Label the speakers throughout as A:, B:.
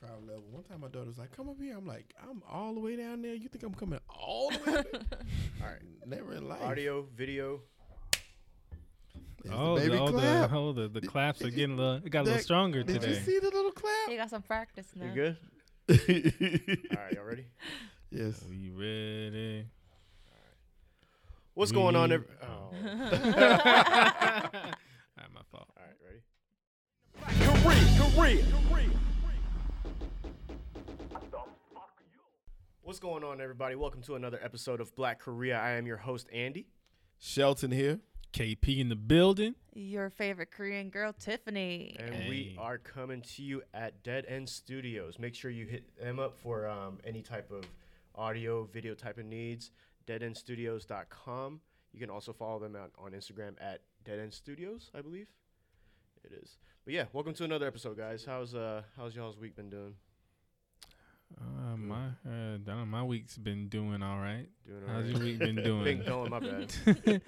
A: power level. One time my daughter was like, "Come up here." I'm like, "I'm all the way down there. You think I'm coming all the way?" Up there?
B: All right.
A: Never in life.
B: Audio, video.
A: There's the
C: Oh, the,
A: baby
C: oh,
A: clap.
C: the, oh, the, the claps are getting a little, it got a
A: That-
C: little stronger
A: Did you
C: today.
A: see the little
D: You got some practice now.
B: You good? All
A: clap?
B: right, y'all ready?
A: yes.
C: We ready?
B: What's going on?
C: We-
B: Every- oh. All
C: Not Ah, my fault.
B: right, ready? What's going on, everybody? Welcome to another episode of Black Korea. I am your host, Andy.
A: Shelton here.
C: KP in the building.
D: Your favorite Korean girl, Tiffany.
B: And we
C: Hey.
B: are coming to you at Dead End Studios. Make sure you hit them up for um, any type of audio, video type of needs. DeadEndStudios.com. You can also follow them out on Instagram at Dead End Studios, I believe. It is. But yeah, welcome to another episode, guys. How's uh how's y'all's week been doing?
C: Uh, my, uh, I don't- my week's been doing all right.
B: Doing
C: How's
B: alright?
C: your week been
B: Been
C: doing?
B: going, my bad.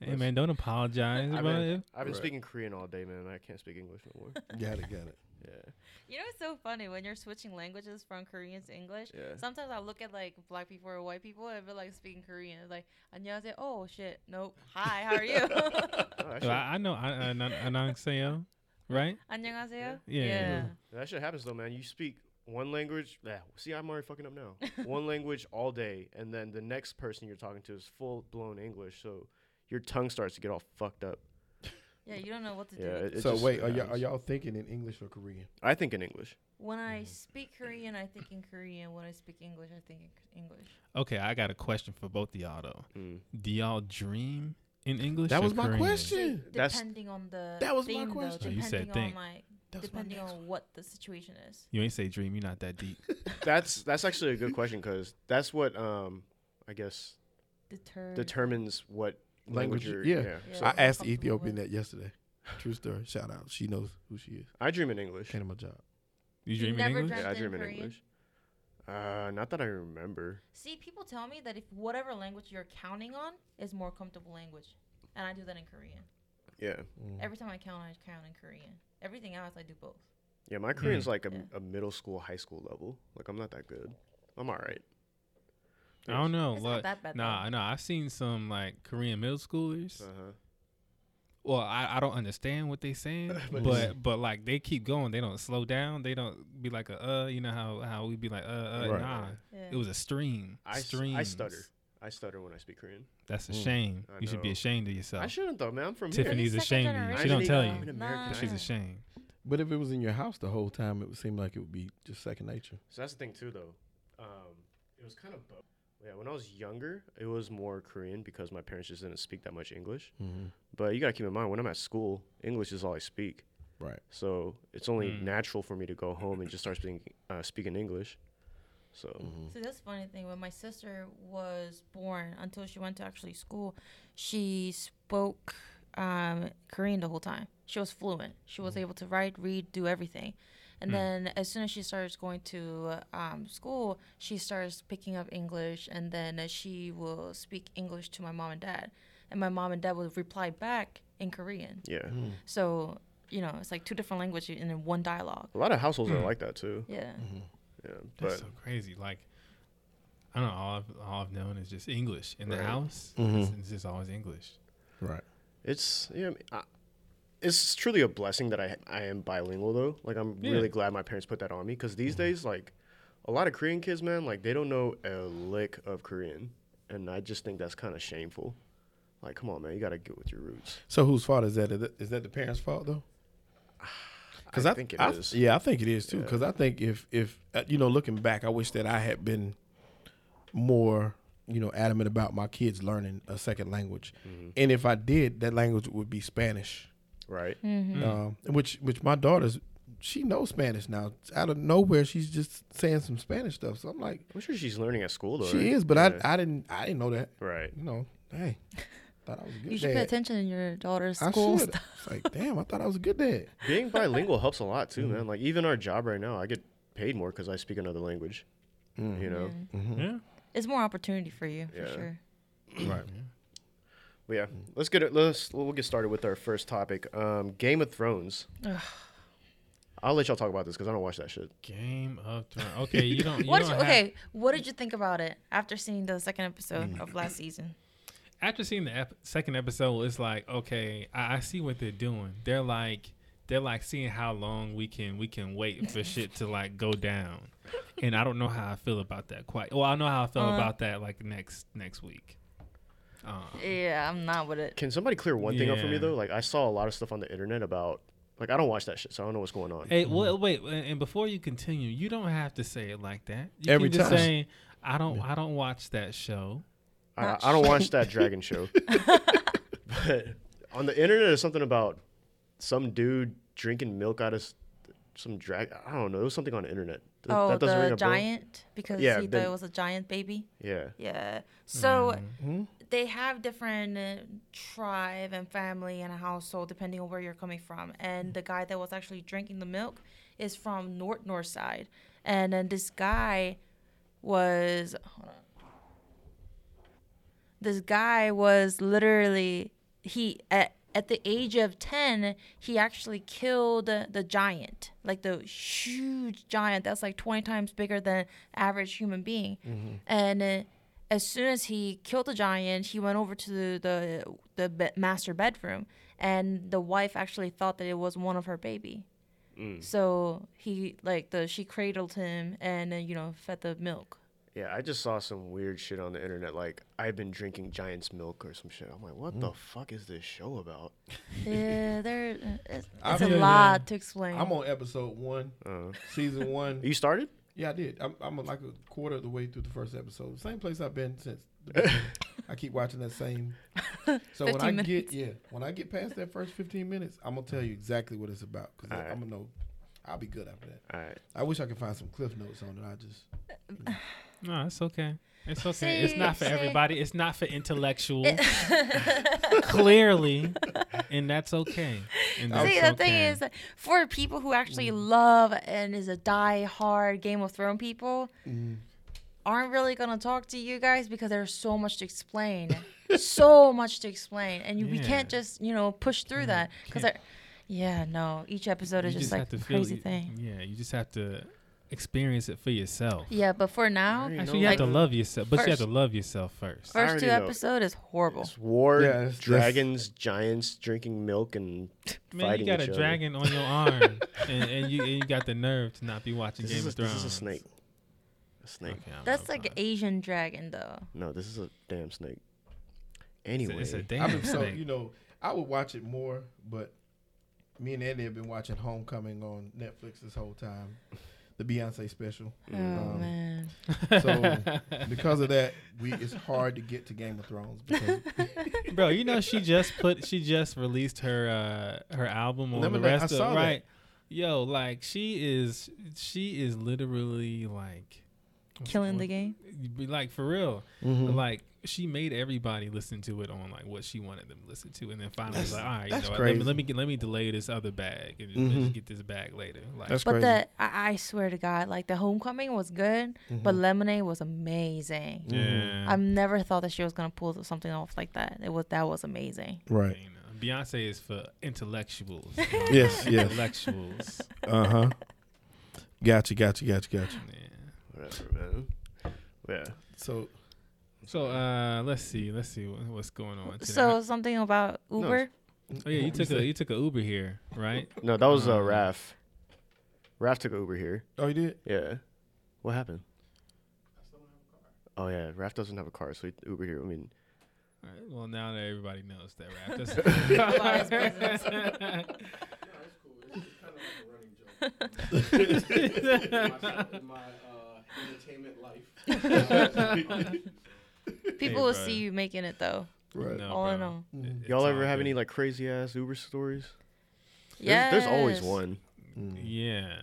C: hey man, don't apologize
B: I've
C: about
B: been,
C: it.
B: I've been
A: Right.
B: speaking Korean all day, man. I can't speak English no more.
A: Got it. Got it.
B: Yeah.
D: You know, it's so funny when you're switching languages from Korean to English.
B: Yeah.
D: Sometimes I look at like black people or white people and they're like speaking Korean. It's like, 안녕하세요. Oh, shit. Nope. Hi, how are you?
B: Oh, that,
C: So
B: shit,
C: I, I know I, I, I, Anangsayo, right?
D: 안녕하세요.
C: Yeah.
B: that shit happens though, man. You speak one language. Yeah, see, I'm already fucking up now. one language all day, and then the next person you're talking to is full blown English, so your tongue starts to get all fucked up.
D: Yeah, you don't know what to
B: Yeah.
D: do.
B: it- it
A: so
B: just
A: wait, are y'all,
B: happens.
A: are y'all thinking in English or Korean?
B: I think in English.
D: When I speak Korean, I think in Korean. When I speak English, I think in K- English.
C: Okay, I got a question for both of y'all though.
B: Mm.
C: Do y'all dream in English?
A: That
C: or
A: was my
C: Korean?
A: question.
B: That's-
D: depending on the
A: That was my
D: theme, though,
A: question.
C: Oh, you
D: Depending
C: said
D: on
C: think.
D: my
A: That was my
D: depending
A: next
D: on what the situation is.
C: You ain't say dream. You're not that deep.
B: That's that's actually a good question because that's what um I guess
D: Deter.
B: determines what language.
A: Language,
B: you're,
A: yeah.
D: Yeah.
B: So
A: I
D: I'm
A: asked the
D: comfortable
A: Ethiopian that
D: with-
A: yesterday. True story. Shout out. She knows who she is.
B: I dream in English.
A: Came to my job.
C: You
D: You
C: dream in
D: never
C: English?
D: dreamt-
B: Yeah, I
D: Dreamt
B: dream in
D: in Korean?
B: English. Uh, not that I remember.
D: See, people tell me that if whatever language you're counting on is more comfortable language, and I do that in Korean.
B: Yeah.
D: Every time I count, I count in Korean. Everything else, I do both.
B: Yeah, my Korean's like a,
D: Yeah.
B: a middle school, high school level. Like I'm not that good. I'm all right.
C: I don't know.
D: It's not
C: Oh, What?
D: that bad,
C: Nah,
D: though.
C: nah. I've seen some like Korean middle schoolers.
B: Uh huh.
C: Well, I, I don't understand what they saying,
B: But-
C: but but like they keep going. They don't slow down. They don't be like a uh. You know how how we be like uh uh.
A: Right.
C: Nah,
D: Yeah.
C: it was a stream.
B: I s-
C: Streams.
B: I stutter. I stutter when I speak Korean.
C: That's a
A: Mm.
C: shame.
B: I
C: You should be
B: know.
C: ashamed of
B: I
C: yourself.
B: shouldn't though, man. I'm from
C: Tiffany-
B: here.
C: Tiffany's
D: She's
C: ashamed
D: second
C: of you. She
D: generation,
C: don't tell
D: though.
B: you. I'm an
D: Nah.
B: American.
C: She's ashamed.
A: But if it was in your house the whole time, it would seem like it would be just second nature.
B: So that's the thing too, though. Um, it was kind of both. Yeah, when I was younger, it was more Korean because my parents just didn't speak that much English.
A: Mm-hmm.
B: But you gotta keep in mind when I'm at school, English is all I speak.
A: Right.
B: So it's only
C: Mm.
B: natural for me to go home and just start speaking uh, speaking English. So
C: Mm-hmm.
A: Mm.
D: See, that's the funny thing. When my sister was born, until she went to actually school, she spoke um, Korean the whole time. She was fluent. She was
A: Mm.
D: able to write, read, do everything. And then as soon as she starts going to um, school, she starts picking up English, and then uh, she will speak English to my mom and dad. And my mom and dad will reply back in Korean.
B: yeah,
C: Hmm.
D: So, you know, it's like two different languages in one dialogue.
B: a lot of households are like that too.
D: Yeah.
A: Mm-hmm.
B: Yeah, but
C: Hmm. That's so crazy. Like, I don't know. All I've, all I've known is just English in the
B: Right.
C: house. It's, it's just always English.
A: Right.
B: It's yeah, I mean, I, it's truly a blessing that I I am bilingual though. Like I'm
C: Yeah.
B: really glad my parents put that on me because these
A: Mm-hmm.
B: days like a lot of Korean kids, man, like they don't know a lick of Korean, and I just think that's kind of shameful. Like, come on, man, you gotta get with your roots.
A: So whose fault is that? Is that- Is that the parents' fault though? Because I,
B: think it is.
A: I- Yeah, I think it is too. Because I think if if uh, you know, looking back, I wish that I had been more you know adamant about my kids learning a second language,
B: Mm-hmm.
A: and if I did, that language would be Spanish.
B: right.
D: Mm-hmm.
A: Um, which which my daughter's she knows Spanish now. Out of nowhere, she's just saying some Spanish stuff. So I'm like,
B: I'm sure she's learning at school though.
A: she
B: right?
A: is, but
B: Yeah.
A: I I didn't I didn't know that.
B: right.
A: You know, hey, thought I was a good
D: You should
A: dad.
D: pay attention in your daughter's
A: I
D: school.
A: should. It's like, damn, I thought I was a good dad.
B: Being bilingual helps a lot
A: Mm.
B: too, man. Like even our job right now, I get paid more because I speak another language. You
A: Mm-hmm.
B: know.
C: Yeah.
D: It's more opportunity for you, for
B: Yeah.
D: sure.
A: Right.
B: But yeah, let's get it. Let's we'll get started with our first topic. Um, Game of Thrones. I'll let y'all talk about this because I don't watch that shit.
C: Game of Thrones. Okay, you don't. You
D: What did
C: don't
D: you,
C: have-
D: okay, what did you think about it after seeing the second episode of
B: Mm.
D: last season?
C: after seeing the ep- second episode, it's like okay, I-, I see what they're doing. They're like they're like seeing how long we can we can wait for shit to like go down, and I don't know how I feel about that quite. Well, I know how I feel
D: Uh.
C: about that like next next week. Um,
D: Yeah, I'm not with it.
B: Can somebody clear one thing up for me
C: Yeah.
B: though? Like I saw a lot of stuff on the internet about like I don't watch that shit, so I don't know what's going on.
C: hey, well, wait, a- and before you continue, you don't have to say it like that. You
A: Every
C: can just
A: time.
C: say, I don't I don't watch that show.
B: I,
D: Not
B: I don't watch that dragon show. but on the internet, there's something about some dude drinking milk out of s- some drag. I don't know. It was something on the internet. Th-
D: Oh,
B: doesn't ring
D: the
B: a bell?
D: giant because
B: Yeah,
D: he
B: the-
D: thought it was a giant baby.
B: Yeah.
D: Yeah. So
B: Mm-hmm.
D: they have different uh, tribe and family and a household depending on where you're coming from. And the guy that was actually drinking the milk is from north north side, and then this guy was. Hold on. This guy was literally he at at the age of ten he actually killed the giant like the huge giant that's like twenty times bigger than average human being, and. Uh, as soon as he killed the giant, he went over to the the, the be- master bedroom, and the wife actually thought that it was one of her baby. So he like the she cradled him and then you know fed the milk.
B: Yeah. I just saw some weird shit on the internet. Like I've been drinking giant's milk or some shit. I'm like, what the
C: Mm.
B: fuck is this show about?
D: yeah, there uh, it's,
A: I've
D: it's a
A: been-
D: lot to explain.
A: I'm on episode one, season one.
B: You started?
A: Yeah, I did. I'm, I'm like a quarter of the way through the first episode. Same place I've been since. The beginning. I keep watching that same. So when
D: 15
A: I
D: minutes.
A: get yeah, when I get past that first 15 minutes, I'm gonna tell you exactly what it's about because
B: Alright.
A: I'm gonna know. I'll be good after that.
B: All right.
A: I wish I could find some cliff notes on it. I just
C: No, it's okay. It's okay. it's
D: See,
C: not for
D: see.
C: everybody. It's not for intellectuals. Clearly, and that's okay. And that's
D: See, the thing
C: okay. Mm.
D: is, that for people who actually love and is a die-hard Game of Thrones people,
C: Mm.
D: aren't really gonna talk to you guys because there's so much to explain, so much to explain, and you, we can't
C: Yeah. Mm,
D: just you know push through that. 'Cause that because.
C: can't.
D: Yeah, no. Each episode is
C: You
D: just,
C: have
D: like
C: to
D: a
C: feel
D: crazy
C: it-
D: thing.
C: Yeah, you just have to experience it for yourself.
D: Yeah, but for now,
B: Alright. You
C: Actually,
B: know,
C: Oh, you have
D: like-
C: to love yourself, but you have to
D: First-
C: love yourself first.
D: first
B: already
D: two
B: know.
D: episode is horrible.
B: It's war,
A: Yeah, it's-
B: dragons, giants drinking milk and
C: Man, you
B: fighting
C: got
B: each
C: a
B: other.
C: dragon on your arm, and, and you and you got the nerve to not be watching
B: This
C: Game
B: is, a,
C: of Thrones.
B: this is a snake. A snake.
C: Okay, I'm-
D: That's
C: I'm
D: like
C: fine.
D: Asian dragon though.
B: No, this is a damn snake.
C: It's
B: Anyway,
C: a- it's a
A: I've
C: damn
A: been so
C: snake.
A: you know I would watch it more, but me and Andy have been watching Homecoming on Netflix this whole time, the Beyonce special.
D: Oh
A: Um,
D: man.
A: So because of that, we it's hard to get to Game of Thrones because
C: Bro, you know she just put she just released her uh her album on
A: Let me know-
C: the
A: I
C: rest
A: saw
C: of
A: that.
C: right. Yo, like she is she is literally like
D: Killing the
C: what-
D: game.
C: be like for real.
A: Mm-hmm.
C: Like she made everybody listen to it on like what she wanted them to listen to, and then finally was like, all right, you
A: that's
C: know, what, let me
A: crazy. Mm-hmm.
C: let me, get, let me delay this other bag and just, just get this bag later. Like
D: But the I, I swear to God, like the homecoming was good,
A: Mm-hmm.
D: but
B: Mm-hmm.
D: lemonade was amazing.
C: yeah,
D: I've never thought that she was gonna pull something off like that. It was that was amazing.
A: right.
C: you know, Beyonce is for intellectuals.
A: Yes, yes.
C: intellectuals.
A: Uh huh. Gotcha, gotcha, gotcha, gotcha.
C: yeah.
B: whatever, man. Yeah.
A: So
C: So uh, let's see, let's see what, what's going on. Today.
D: So something about Uber.
C: oh yeah, you took a you took a Uber here, right?
B: No, that was uh,
C: Um,
B: Raph. Raph took Uber here.
A: oh you did.
B: Yeah. What happened? Oh yeah, Raph doesn't have a car, so he Uber here. I mean,
C: All right, well, now that everybody knows that rap. That's-
E: myself in my uh, entertainment life.
D: People
C: Hey,
D: will
C: bro.
D: see you making it though.
A: Right.
C: No,
D: all in
C: bro.
D: all.
C: It- it's
B: Mm-hmm. y'all ever
C: all
B: have
C: good.
B: any like crazy ass Uber stories?
D: Yeah.
B: There's, there's always one.
A: Mm-hmm.
C: Yeah,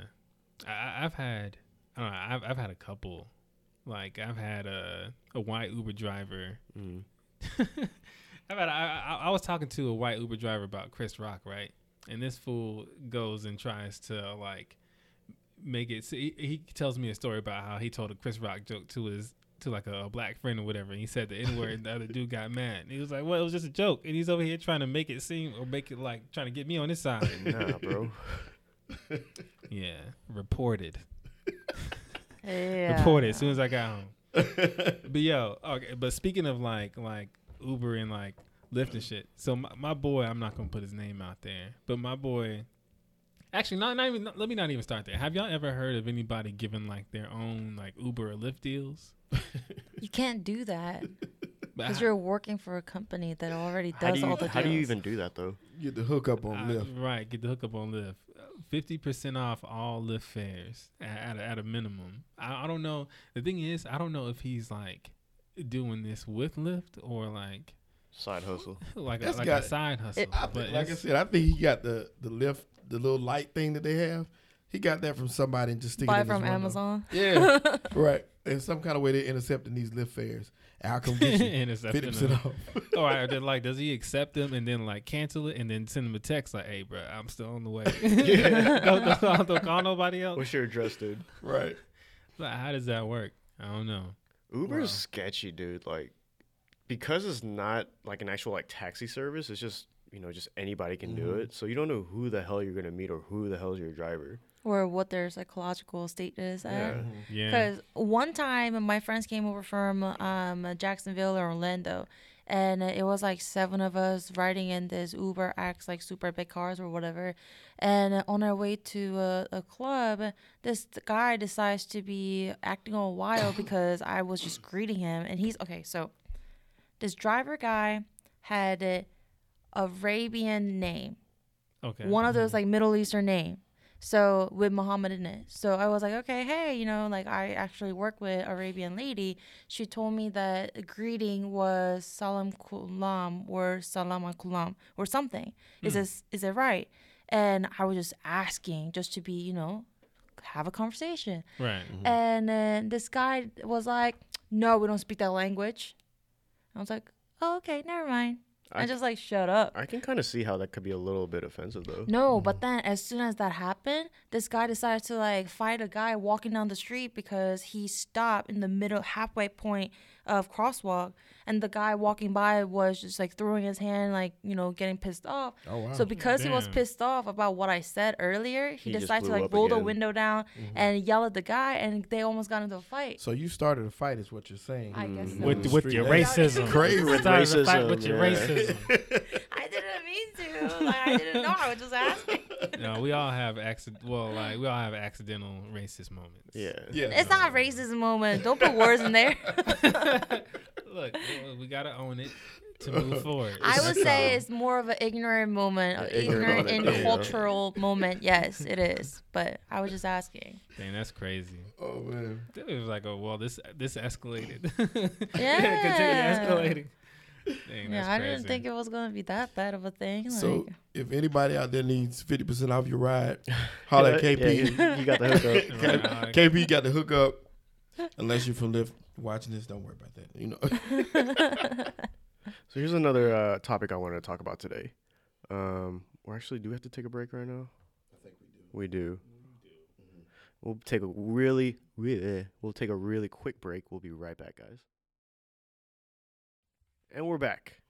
C: I- I, I've had. I don't know. I've I've had a couple. Like I've had a a white Uber driver.
B: Mm.
C: I've had. I, I I was talking to a white Uber driver about Chris Rock, right? And this fool goes and tries to like make it. So he, he tells me a story about how he told a Chris Rock joke to his to like a, black friend or whatever, and he said the N word, and the other dude got mad. And he was like, "Well, it was just a joke," and he's over here trying to make it seem or make it like trying to get me on his side.
B: Nah, bro.
C: yeah, reported.
D: Yeah.
C: Reported as soon as I got home. but yo, okay. But speaking of like like Uber and like Lyft and shit. So my, my boy, I'm not gonna put his name out there, but my boy. Actually, not, not even. Let me not even start there. Have y'all ever heard of anybody giving like their own like Uber or Lyft deals?
D: You can't do that
C: But
D: because
C: I-
D: you're working for a company that already does
B: How do you
D: all the
B: how do you
D: deals.
B: even do that though?
A: Get the hookup on
C: I-
A: Lyft.
C: Right, get the hookup on Lyft. Fifty percent off all Lyft fares at at a, at a minimum. I, I don't know. The thing is, I don't know if he's like doing this with Lyft or like
B: Side hustle.
C: like a,
A: That's
C: like
A: got-
C: a side hustle.
A: I
C: but
A: think, like I
C: it's-
A: said, I think he got the the Lyft, the little light thing that they have. He got that from somebody and just sticking
D: Buy
A: it in his
D: from
A: window.
D: Amazon.
A: Yeah, right. In some kind of way, they're intercepting these Lyft fares. I'll come get you
C: Intercepting
A: fifty percent
C: them.
A: off.
C: All right, then Oh, like, does he accept them and then like cancel it and then send him a text like, "Hey, bro, I'm still on the way. don't, don't- don't- don't call nobody else."
B: What's your address, dude?
A: right.
C: Like, how does that work? I don't know.
B: Uber's
C: Wow.
B: sketchy, dude. Like, because it's not like an actual like taxi service. It's just you know just anybody can do it. So you don't know who the hell you're gonna meet or who the hell's your driver.
D: Or what their psychological state is at.
B: Yeah.
C: Yeah,
D: Because one time my friends came over from um, Jacksonville or Orlando, and it was like seven of us riding in this Uber X, like super big cars or whatever. And on our way to a, a club, this guy decides to be acting all wild because I was just greeting him. And he's okay, so this driver guy had a Arabian name
C: okay.
D: one of those like Middle Eastern name. So with Muhammad in it. So I was like, okay, hey, you know, like I actually work with Arabian lady. She told me that greeting was salam kulam or salam kulam or something. Is this is it right? And I was just asking just to be, you know, have a conversation.
C: right.
B: Mm.
D: And then this guy was like, no, we don't speak that language. I was like, oh, okay, never mind. I,
B: I-
D: just like shut up.
B: I can kind of see how that could be a little bit offensive though.
D: No, but then as soon as that happened, this guy decided to like fight a guy walking down the street because he stopped in the middle halfway point of crosswalk, and the guy walking by was just like throwing his hand, like you know, getting pissed off.
A: Oh, wow.
D: So because he was
C: Damn.
D: pissed off about what I said earlier,
B: He
D: he,
B: just
D: decided to
B: blew
D: like
B: up
D: roll the
B: again.
D: window down and yell at the guy, and they almost got into a fight.
A: So you started a fight, is what you're saying? Mm-hmm.
D: I guess so.
C: With
A: the
C: with
A: street.
C: your
A: That's
C: racism,
A: crazy.
C: Started to fight
B: Racism,
C: with your
B: yeah.
C: racism.
D: I didn't mean to. Like I didn't know. I was just asking.
C: no, we all have accident. Well, like we all have accidental racist moments.
B: Yeah.
A: Yeah.
D: It's not a racism moment. Don't put words in there.
C: Look, well, we gotta own it to move forward.
D: I would
C: That's
D: say
C: all.
D: it's more of an ignorant moment, an
B: ignorant
D: ignorant,
B: moment,
D: and
B: yeah.
D: cultural moment. Yes, it is. But I was just asking.
C: Dang, that's crazy.
A: Oh man.
C: It was like, oh well, this this escalated.
D: Yeah.
C: continue escalating. Dang, that's
D: yeah, I
C: crazy.
D: didn't think it was gonna be that bad of a thing. Like,
A: So if anybody out there needs fifty percent off your ride, holler at
B: Yeah,
A: KP.
B: you, you got the hookup.
C: Right, I-
A: KP got the hookup. Unless you're from Lyft, watching this, don't worry about that. You know.
B: So here's another uh, topic I wanted to talk about today. Um, or actually, do we have to take a break right now? I think we do. We do. We'll take a really, really, we'll take a really quick break. We'll be right back, guys. And we're back.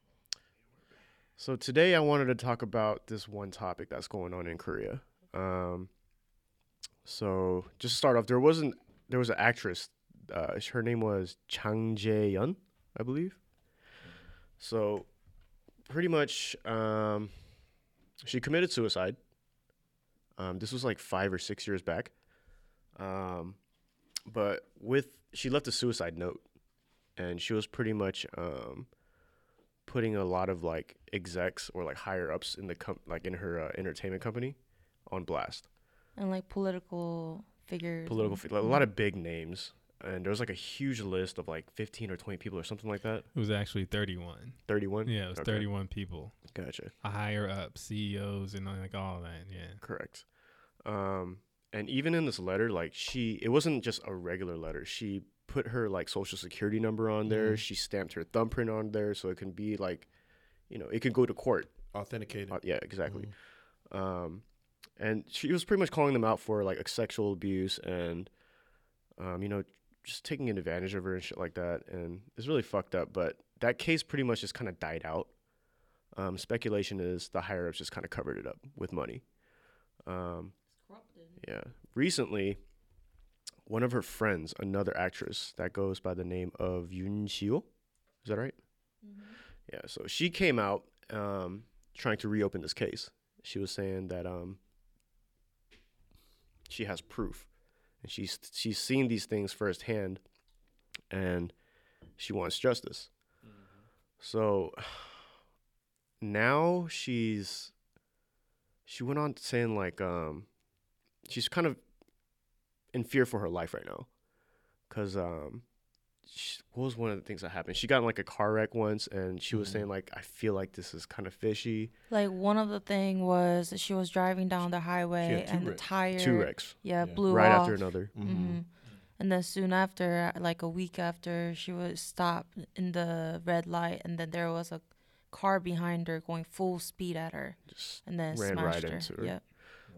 B: So today I wanted to talk about this one topic that's going on in Korea. Um, so just to start off, there wasn't there was an actress. Uh, her name was Chang Jae Yun, I believe. So, pretty much, um, she committed suicide. Um, this was like five or six years back. Um, but with she left a suicide note, and she was pretty much um, putting a lot of like execs or like higher ups in the com- like in her uh, entertainment company on blast
D: and like political figures. Mm-hmm.
B: political fi- a lot of big names and there was like a huge list of like 15 or 20 people or something like that
C: it was actually 31.
B: 31
C: Yeah, it was
B: Okay,
C: 31 people,
B: gotcha
C: a higher up CEOs and like all that. Yeah.
B: Correct. Um, and even in this letter, like she, it wasn't just a regular letter. She put her like social security number on there. She stamped her thumbprint on there, so it can be like, you know, it could go to court.
A: Authenticated.
B: Uh, yeah, exactly. Um, and she was pretty much calling them out for like sexual abuse and, um, you know, just taking advantage of her and shit like that. And it's really fucked up. But that case pretty much just kind of died out. Um, speculation is the higher ups just kind of covered it up with money. Um, Yeah. Recently, one of her friends, another actress that goes by the name of Yoon Shio, is that right?
D: Mm-hmm.
B: Yeah. So she came out um, trying to reopen this case. She was saying that um, she has proof, and she's she's seen these things firsthand, and she wants justice. So now she's she went on saying like um she's kind of in fear for her life right now because um she, what was one of the things that happened she got in like a car wreck once and she was saying like i feel like this is kind of fishy
D: Like one of the thing was that she was driving down the highway
A: two
D: and the
A: wrecks.
D: tire
B: two wrecks
D: Yeah,
A: Yeah.
D: blew
B: right
D: off.
B: after another
A: Mm-hmm.
D: hmm And then soon after, uh, like a week after, she was stopped in the red light, and then there was a car behind her going full speed at her,
B: just
D: and then
B: Ran right
D: smashed her.
B: into her.
D: Yep.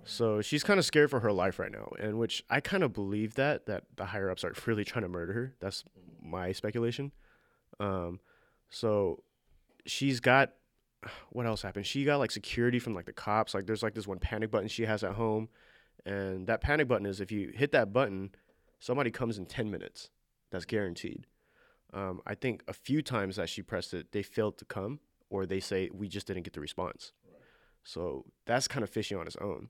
B: so she's kind of scared for her life right now and which i kind of believe that that the higher ups are really trying to murder her that's my speculation um so she's got what else happened she got like security from like the cops like there's like this one panic button she has at home and that panic button is if you hit that button somebody comes in 10 minutes that's guaranteed um, i think a few times that she pressed it they failed to come or they say we just didn't get the response so that's kind of fishy on its own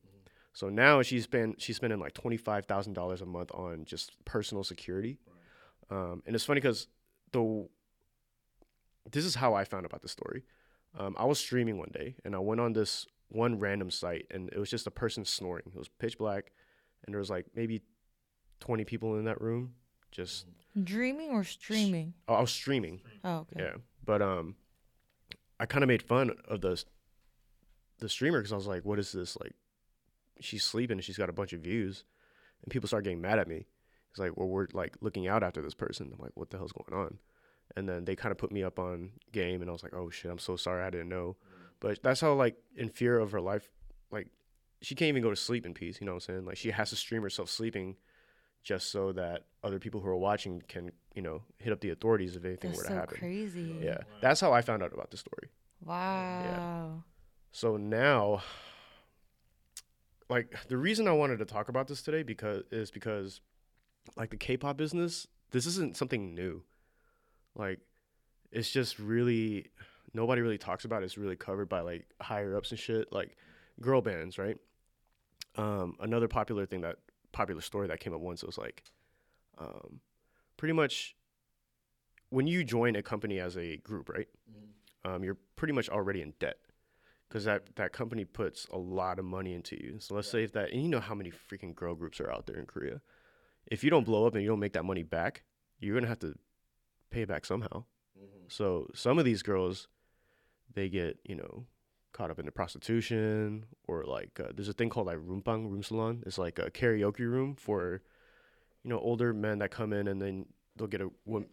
B: so now she's been she's spending like $25000 a month on just personal security um, and it's funny because the this is how i found about this story um, i was streaming one day and i went on this one random site and it was just a person snoring it was pitch black and there was like maybe 20 people in that room just
D: Dreaming or streaming?
B: oh, i was streaming
D: Oh, okay.
B: yeah, but um, I kind of made fun of the the streamer because I was like, "What is this? Like, she's sleeping and she's got a bunch of views," and people start getting mad at me. It's like, "Well, we're like looking out after this person." I'm like, "What the hell's going on?" And then they kind of put me up on game, and I was like, "Oh shit, I'm so sorry, I didn't know." But that's how like in fear of her life, like she can't even go to sleep in peace. You know what I'm saying? Like she has to stream herself sleeping. Just so that other people who are watching can, you know, hit up the authorities if anything
D: That's
B: were to
D: so
B: happen.
D: crazy.
B: Yeah, that's how I found out about the story.
D: Wow.
B: So now, like the reason I wanted to talk about this today because is because, like the K-pop business, this isn't something new. Like, it's just really nobody really talks about. It. It's really covered by like higher ups and shit, like girl bands, right? Um, another popular thing that popular story that came up once was like, um, pretty much when you join a company as a group, right? Um, you're pretty much already in debt because that, that company puts a lot of money into you. So let's say if that, and you know how many freaking girl groups are out there in Korea. If you don't blow up and you don't make that money back, you're gonna have to pay it back somehow. So some of these girls, they get you know caught up into prostitution or like uh, there's a thing called like rumpang room salon. It's like a karaoke room for you know older men that come in and then they'll get a woman.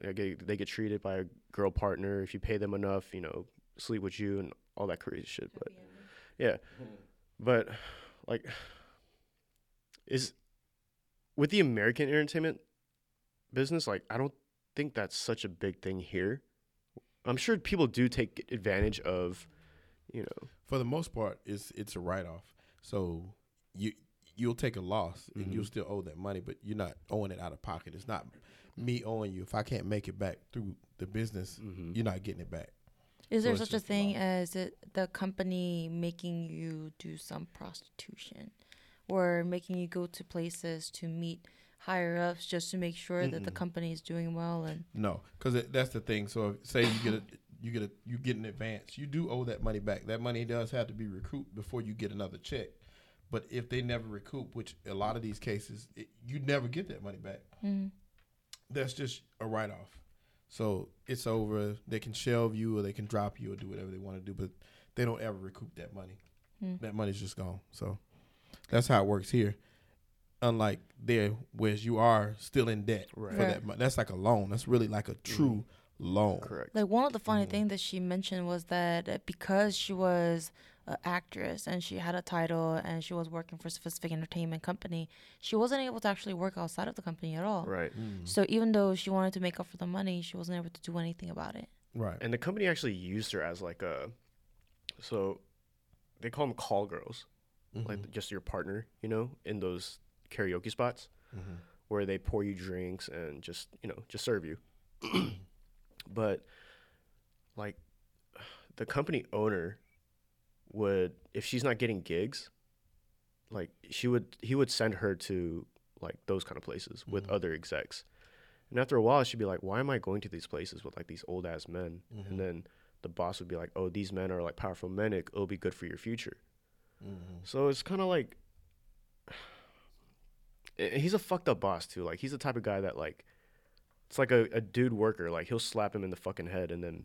B: They get, they get treated by a girl partner if you pay them enough. You know, sleep with you and all that crazy shit. But yeah, but like is with the American entertainment business, like I don't think that's such a big thing here. I'm sure people do take advantage of, you know,
A: For the most part, it's it's a write off. So you you'll take a loss and you'll still owe that money, but you're not owing it out of pocket. It's not me owing you. If I can't make it back through the business,
B: Mm-hmm.
A: you're not getting it back.
D: Is
A: So
D: there
A: it's
D: such a
A: just
D: thing as it, the company making you do some prostitution or making you go to places to meet higher ups just to make sure that the company is doing well and
A: No, because that's the thing. So if, say you get a you get a you get an advance, you do owe that money back. That money does have to be recouped before you get another check. But if they never recoup, which a lot of these cases, it, you never get that money back.
D: mm-hmm.
A: That's just a write off. So it's over. They can shelve you, or they can drop you, or do whatever they want to do, but they don't ever recoup that money.
D: Hmm.
A: That money's just gone. So that's how it works here. Unlike there, whereas you are still in debt for
D: Right.
A: that money. That's like a loan. That's really like a true loan.
B: Mm-hmm. correct.
D: Like one of the funny things that she mentioned was that uh, because she was an actress and she had a title and she was working for a specific entertainment company, she wasn't able to actually work outside of the company at all.
B: Right.
A: Mm.
D: So even though she wanted to make up for the money, she wasn't able to do anything about it.
A: Right.
B: And the company actually used her as like a, so they call them call girls.
A: Mm-hmm.
B: like just your partner, you know, in those karaoke spots
A: Mm-hmm.
B: where they pour you drinks and just you know just serve you. but like the company owner would, if she's not getting gigs, like she would he would send her to like those kind of places with other execs. And after a while, she'd be like, "Why am I going to these places with like these old ass men?" And then the boss would be like, "Oh, these men are like powerful men. It, it'll be good for your future." So it's kind of like Eh, he's a fucked up boss too. Like he's the type of guy that like it's like a, a dude worker. Like he'll slap him in the fucking head and then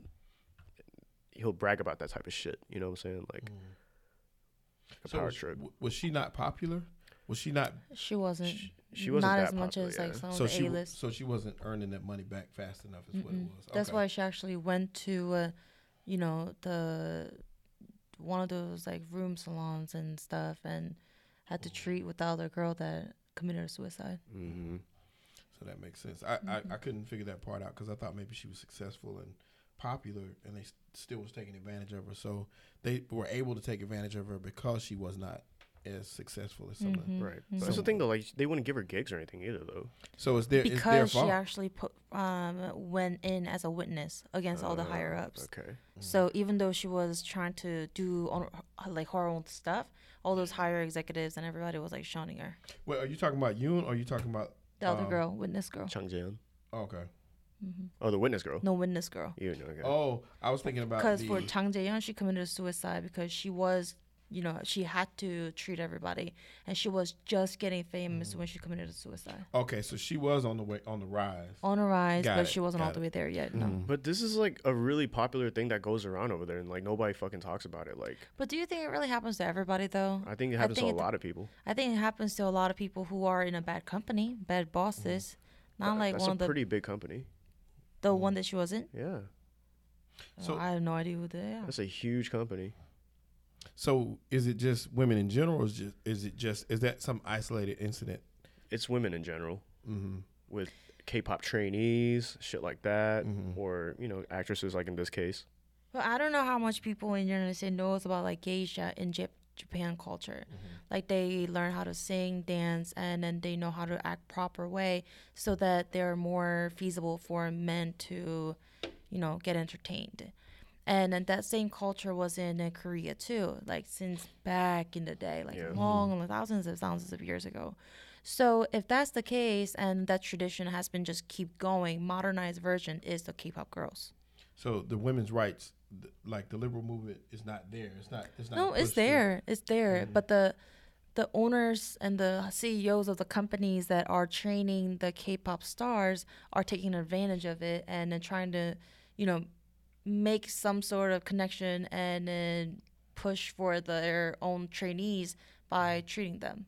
B: he'll brag about that type of shit. You know what I'm saying? Like a
A: So
B: power
A: was,
B: trip.
A: w- was she not popular? Was she not?
D: She wasn't.
B: She- she wasn't
D: not
B: that
D: as much
B: popular,
D: as
B: yeah.
D: like some
A: So
D: of the
A: she
D: A
A: w-
D: list.
A: so she wasn't earning that money back fast enough. Is what it was.
D: That's
A: Okay.
D: why she actually went to, uh, you know, the one of those like room salons and stuff, and had to
B: Oh.
D: treat with the other girl that committed suicide.
B: Mm-hmm.
A: So that makes sense. I,
D: Mm-hmm.
A: I, I couldn't figure that part out because I thought maybe she was successful and popular, and they s- still was taking advantage of her. So they were able to take advantage of her because she was not as successful as someone.
D: Mm-hmm.
B: Right. That's the thing though. Like they wouldn't give her gigs or anything either though.
A: So it's their it's their
D: because she
A: fault.
D: actually put, um, went in as a witness against all the
A: Oh,
D: higher ups.
B: Okay.
A: Mm.
D: So even though she was trying to do on, uh, like her own stuff, all those higher executives and everybody was like shunning her.
A: Wait, are you talking about Yoon or are you talking about?
D: The other
A: um,
D: girl, witness girl,
B: Chung Jian.
A: oh, okay.
B: Oh, the witness girl.
D: no witness girl.
B: You know. Okay.
A: Oh, I was thinking about
D: Because
A: the-
D: for Chang Jae-yeon, she committed suicide because she was, you know, she had to treat everybody, and she was just getting famous
A: Mm.
D: when she committed suicide.
A: Okay, so she was on the way on the rise.
D: On a rise,
A: Got
D: but
A: it, Mm-hmm.
D: she wasn't all
A: got
D: the way there yet. No.
B: But this is like a really popular thing that goes around over there, and like nobody fucking talks about it. Like
D: But do you think it really happens to everybody though?
B: I think it happens
D: think
B: to a
D: it-
B: lot of people.
D: I think it happens to a lot of people who are in a bad company, bad bosses. Not
B: Mm. That-
D: like
B: that's
D: one
B: a
D: of the Oh.
B: pretty Mm. big company.
D: the one that she was in.
B: Yeah,
A: So-
D: I have no idea who they are.
B: that's a huge company.
A: So is it just women in general? Or is just is it just is that some isolated incident?
B: It's women in general
A: Mm-hmm.
B: with K-pop trainees, shit like that,
A: Mm-hmm.
B: or you know actresses like in this case.
D: But I don't know how much people in United States knows about like geisha in Jap- Japan culture. Like they learn how to sing, dance, and then they know how to act proper way so that they're more feasible for men to, you know, get entertained. And then that same culture was in uh, Korea too, like since back in the day, like
B: Yeah.
D: long, like thousands of thousands of years ago. So if that's the case, and that tradition has been just keep going, modernized version is the K-pop girls.
A: So the women's rights, th- like the liberal movement, is not there. It's not. It's not.
D: No, it's
A: pushed through.
D: there. It's there.
A: Mm-hmm.
D: But the the owners and the CEOs of the companies that are training the K-pop stars are taking advantage of it and then trying to, you know, make some sort of connection and then push for their own trainees by treating them.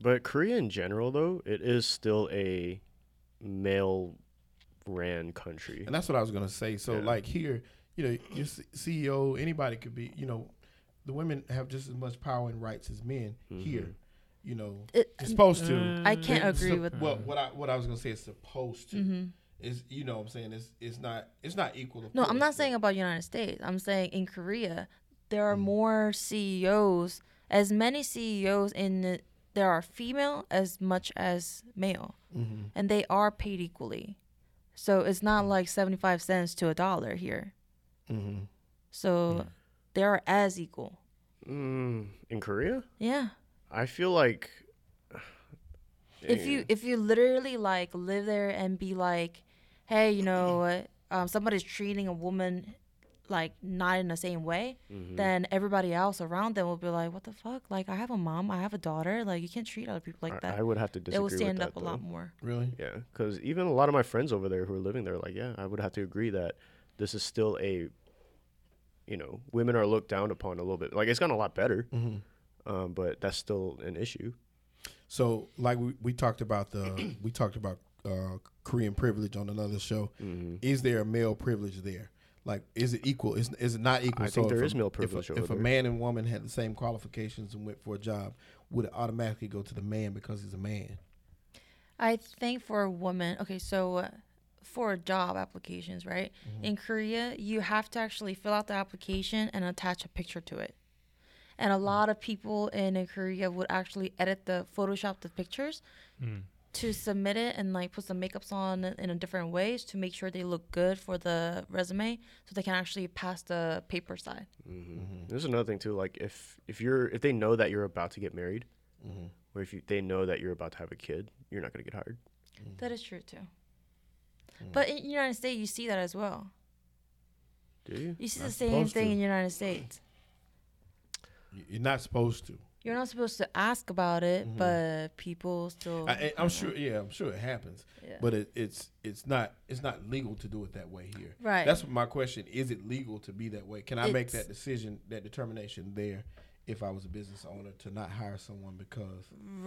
B: But Korea in general, though, it is still a male-ran country.
A: And that's what I was gonna say. So
B: Yeah.
A: like here, you know, your C- CEO, anybody could be. You know, the women have just as much power and rights as men here. You know,
D: It-
A: it's supposed to.
D: I can't
A: It's
D: agree
A: sup-
D: with Mm-hmm.
A: well, what I what I was gonna say is supposed to. Is you know what I'm saying it's it's not it's not equal. of
D: No, I'm
A: course,
D: not
A: but-
D: saying about United States. I'm saying in Korea, there are more CEOs, as many CEOs in the, there are female as much as male,
A: Mm-hmm,
D: and they are paid equally. So it's not like 75 cents to a dollar here.
A: mm-hmm.
D: So they are as equal.
B: Mm, in Korea,
D: Yeah.
B: I feel like eh,
D: if you if you literally like live there and be like hey you know what, um, somebody's treating a woman like not in the same way
B: Mm-hmm.
D: then everybody else around them will be like what the fuck like i have a mom i have a daughter like you can't treat other people like
B: I,
D: that
B: I would have to
D: they
B: disagree
D: will stand
B: with that.
D: up a lot
B: though.
D: more
A: really.
B: Yeah, because even a lot of my friends over there who are living there, are like, yeah, I would have to agree that this is still a, you know, women are looked down upon a little bit. Like it's gotten a lot better,
A: Mm-hmm.
B: um, but that's still an issue.
A: So, like we, we talked about the we talked about uh, Korean privilege on another show.
B: Mm-hmm.
A: Is there a male privilege there? Like, is it equal? Is, is it not equal?
B: I think there
A: if
B: is
A: a-
B: male
A: if a-
B: privilege
A: If a,
B: over there.
A: man and woman had the same qualifications and went for a job, would it automatically go to the man because he's a man?
D: I think for a woman, okay, so uh, for job applications, right?
A: Mm-hmm.
D: In Korea, you have to actually fill out the application and attach a picture to it. and a lot of people in uh, Korea would actually edit the Photoshop the pictures
C: Mm.
D: to submit it and like put some makeups on in a different ways to make sure they look good for the resume, so they can actually pass the paper side.
B: Mm-hmm. There's another thing too. Like if if you're if they know that you're about to get married, or if you, they know that you're about to have a kid, you're not gonna get hired.
A: Mm-hmm.
D: That is true too.
A: Mm.
D: But in United States, you see that as well.
B: Do you?
D: You see
A: Not
D: the same
A: supposed
D: thing
A: to.
D: in United States.
A: You're not supposed to.
D: You're not supposed to ask about it, but people still.
A: Mm-hmm. I, I- I'm sure. Yeah, I'm sure it happens.
D: Oh, Yeah.
A: But it, it's it's not it's not legal to do it that way here.
D: Right.
A: That's my question. Is it legal to be that way? Can I make
D: It's-
A: that decision, that determination there, if I was a business owner to not hire someone because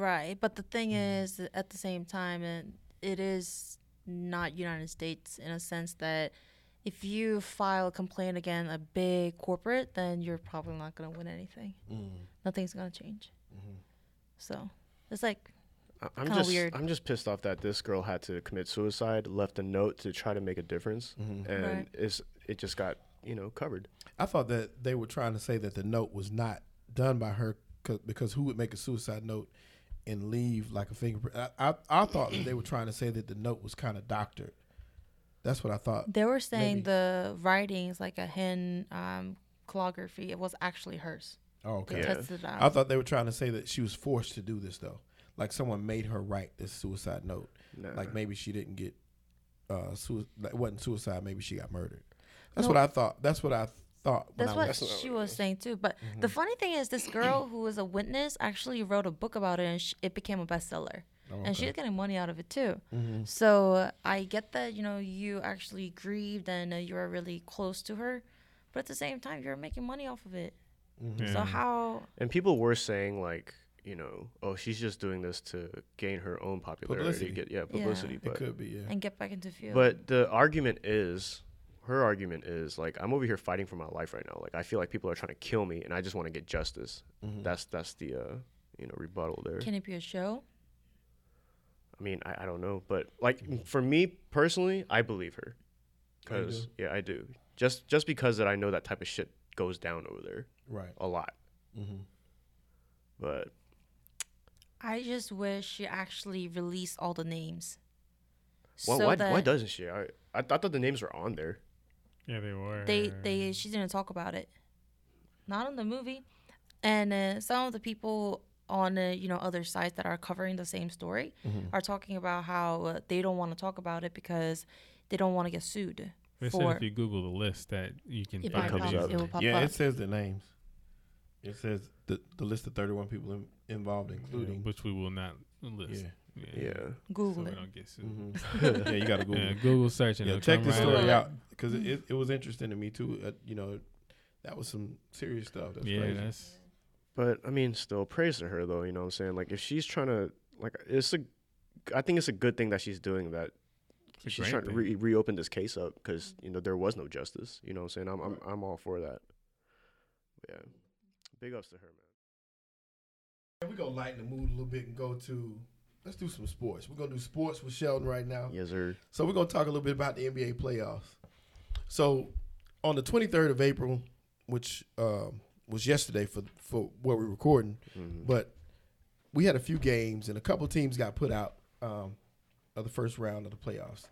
D: Right, but the thing
A: Mm-hmm.
D: is, that at the same time, it, it is not United States in a sense that if you file a complaint against a big corporate, then you're probably not going to win anything.
A: Mm-hmm.
D: Nothing's going to change. So it's like,
B: I- I'm
D: Kinda
B: just
D: weird.
B: I'm just pissed off that this girl had to commit suicide, left a note to try to make a difference, and
D: Right.
B: it's it just got you know covered.
A: I thought that they were trying to say that the note was not done by her 'cause- because who would make a suicide note and leave like a fingerprint? I, I, I thought that they were trying to say that the note was kind of doctored. That's what I thought.
D: they were saying
A: Maybe.
D: the writings, like a hen um, calligraphy, it was actually hers.
A: Oh,
D: They
A: okay.
B: Yeah.
D: tested it out.
A: I thought they were trying to say that she was forced to do this though. Like someone made her write this suicide note.
B: Nah.
A: Like maybe she didn't get uh sui- like, it wasn't suicide, maybe she got murdered. That's
D: No.
A: what I thought. That's what I thought when
D: That's
A: I
D: what
A: was
B: That's what I
D: she
B: would
D: was Mm-hmm. saying too. But the funny thing is, this girl who was a witness actually wrote a book about it, and sh it became a bestseller. And she's getting money out of it too. So uh, I get that you know you actually grieved and uh, you are really close to her, but at the same time you're making money off of it. So
C: Yeah.
D: how?
B: And people were saying like, you know, oh, she's just doing this to gain her own popularity,
A: Publicity.
B: get yeah, publicity.
A: it
B: But
A: could be, yeah.
D: And get back into field.
B: but the argument is, her argument is like, I'm over here fighting for my life right now. Like I feel like people are trying to kill me, and I just want to get justice. That's that's the uh, you know rebuttal there.
D: can it be a show?
B: I mean, I, I don't know, but like for me personally, I believe her.
A: Oh, you
B: Cause yeah, I do. Just just because that I know that type of shit goes down over there
A: Right.
B: a lot.
A: Mhm.
B: But
D: I just wish she actually released all the names.
B: why why, why doesn't she? I, I I thought the names were on there.
C: Yeah, they were.
D: they they she didn't talk about it not in the movie and uh, some of the people on uh, you know other sites that are covering the same story
A: Mm-hmm.
D: are talking about how uh, they don't want to talk about it because they don't want to get sued
C: They said
D: for
C: if you Google the list that you can
D: it,
B: might
C: find
B: comes
C: it
D: pop, up.
B: up.
C: easily.
D: it will pop
A: yeah,
D: up
A: it says the names. It says the the list of 31 people in, involved including
C: which we will not list. Yeah.
B: Yeah.
D: google
C: So we
D: it
C: don't get sued.
A: Mhm. yeah, you got to Google.
C: Yeah,
A: it.
C: Google search and
A: Yeah,
C: it'll
A: check
C: come
A: this
C: right
A: story
C: up.
A: out because it, it, it was interesting to me too. Uh, you know, that was some serious stuff. That's
C: yeah,
A: crazy.
C: that's
B: But I mean, still praise to her though. You know what I'm saying? Like if she's trying to like it's a, I think it's a good thing that she's doing that.
C: a
B: She's
C: great
B: trying to
C: thing.
B: re- reopen this case up because
A: Mm-hmm.
B: you know there was no justice. You know what I'm saying? I'm I'm, I'm all for that. Yeah, big ups to her, man.
A: We're gonna lighten the mood a little bit and go to let's do some sports. We're gonna do sports with Sheldon right now.
B: Yes, sir.
A: So we're gonna talk a little bit about the NBA playoffs. So on the 23rd of April, which um, was yesterday for for what we're recording, but we had a few games and a couple teams got put out um, of the first round of the playoffs.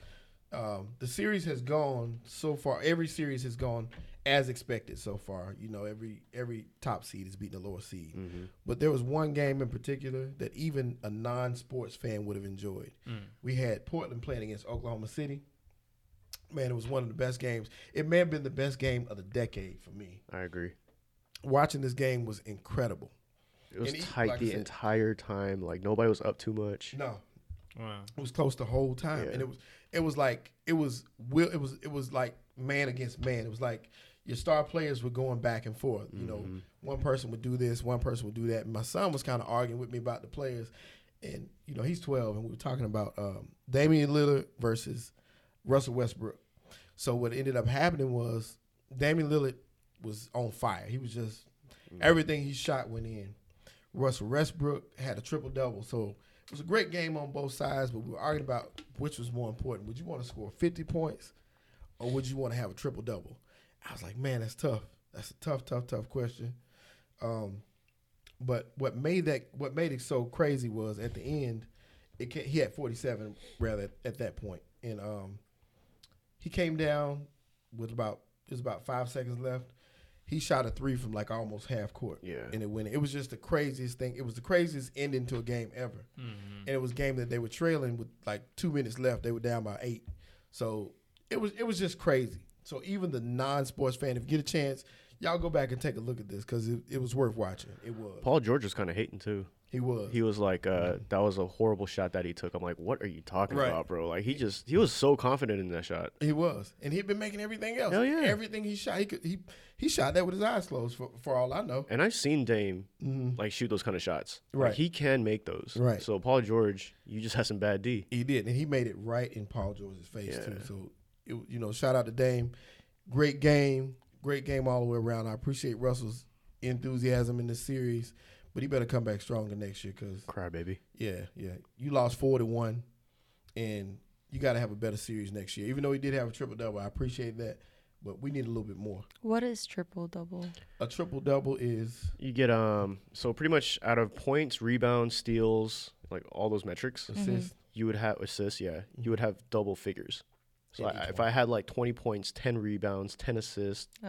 A: Um, the series has gone so far. Every series has gone as expected so far. You know, every every top seed is beating the lower seed. But there was one game in particular that even a non-sports fan would have enjoyed. We had Portland playing against Oklahoma City. Man, it was one of the best games. It may have been the best game of the decade for me.
B: I agree.
A: Watching this game was incredible.
B: It was
A: And he-
B: tight
A: like I
B: the
A: said-
B: entire time. Like nobody was up too much.
A: No,
C: wow.
A: it was close the whole time,
B: Yeah.
A: and it was it was like it was will it was it was like man against man. It was like your star players were going back and forth. You know, one person would do this, one person would do that. And my son was kind of arguing with me about the players, and you know he's twelve, and we were talking about um, Damian Lillard versus Russell Westbrook. So what ended up happening was Damian Lillard was on fire. He was just everything he shot went in. Russell Westbrook had a triple double. So it was a great game on both sides, but we were arguing about which was more important. Would you want to score 50 points or would you want to have a triple double? I was like, man, that's tough. That's a tough, tough, tough question. Um, But what made that what made it so crazy was at the end, it ca he had forty seven rather at that point, and um, he came down with about it was about five seconds left. He shot a three from like almost half court,
B: Yeah.
A: and it went. in. It was just the craziest thing. It was the craziest ending to a game ever,
B: Mm-hmm.
A: and it was a game that they were trailing with like two minutes left. They were down by eight, so it was it was just crazy. So even the non sports fan, if you get a chance, y'all go back and take a look at this because it, it was worth watching. It was.
B: Paul George was kind of hating too.
A: He was.
B: He was like, uh, "That was a horrible shot that he took." I'm like, "What are you talking
A: Mm-hmm. Right.
B: about, bro?" Like he just he was so confident in that shot.
A: He was, and he'd been making everything else.
B: Hell yeah.
A: Everything he shot, he could, he he shot that with his eyes closed. For for all I know,
B: And I've seen Dame like shoot those kind of shots. Like,
A: Mm-hmm. Right.
B: he can make those.
A: Right.
B: So Paul George, you just had some bad D.
A: he did, and he made it right in Paul George's face too. So, it, you know, shout out to Dame. Great game, great game all the way around. I appreciate Russell's enthusiasm in this series, but he better come back stronger next year because
B: Cry baby.
A: yeah, yeah, you lost four to one, and you got to have a better series next year. Even though he did have a triple double, I appreciate that, but we need a little bit more.
D: What is triple double?
A: A triple double is
B: You get um so pretty much out of points, rebounds, steals, like all those metrics,
D: Mm-hmm.
A: assists.
B: you would have assists. Yeah, you would have double figures. So
A: In
B: I,
A: each
B: if I had like 20 points, 10 rebounds, 10 assists,
D: Oh.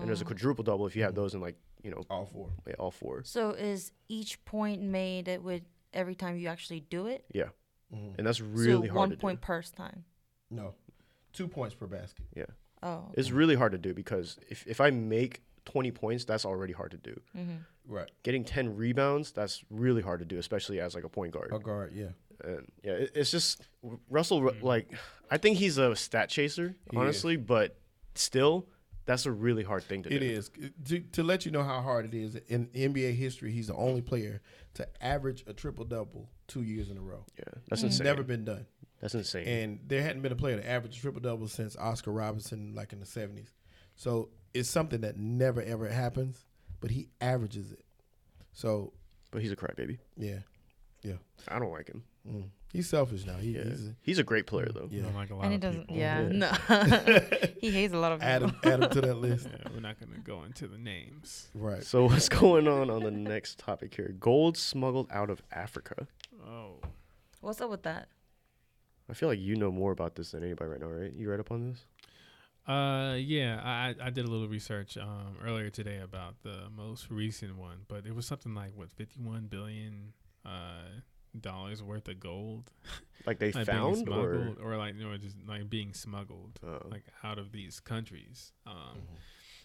B: and there's a quadruple double if you
D: Mm-hmm.
B: have those in like you know
A: All four.
B: like, all four.
D: So is each point made it with every time you actually do it?
B: Yeah, and that's really
D: so
B: hard
D: one
B: to
D: point
B: do.
D: per time.
A: Mm-hmm. No, two points per basket.
B: Yeah,
D: Oh.
B: it's really hard to do because if if I make 20 points, that's already hard to do.
D: mm-hmm.
A: Right.
B: Getting 10 rebounds, that's really hard to do, especially as like a point guard.
A: A guard, yeah.
B: And yeah, it, it's just Russell. Like, I think he's a stat chaser,
A: Mm-hmm. is.
B: honestly, but still, that's a really hard thing to
A: It
B: do.
A: is. To, to let you know how hard it is, in NBA history, he's the only player to average a triple double two years in a row.
B: Yeah, that's
A: It's
B: insane.
A: never been done.
B: that's insane.
A: And there hadn't been a player to average a triple double since Oscar Robinson, like in the 70s. So it's something that never, ever happens, but he averages it. So,
B: but he's a crybaby.
A: yeah. Yeah.
B: I don't like him.
A: Mm. He's selfish now. He,
B: Yeah,
A: He's a,
B: he's a great player though.
A: yeah.
C: Unlike a lot
D: and he
C: of
D: doesn't.
C: people.
D: Yeah. No. he hates a lot of people.
A: Add him, add him to that list.
C: Yeah, we're not gonna go into the names.
A: Right.
B: So what's going on on the next topic here? Gold smuggled out of Africa.
C: Oh,
D: What's up with that?
B: I feel like you know more about this than anybody right now, right? You read up on this?
C: uh, yeah. I I I did a little research um earlier today about the most recent one, but it was something like what fifty one billion uh dollars worth of gold
B: Like they
C: like being
B: found or
C: smuggled or, like you know just like being smuggled
A: uh,
B: Oh.
C: like out of these countries um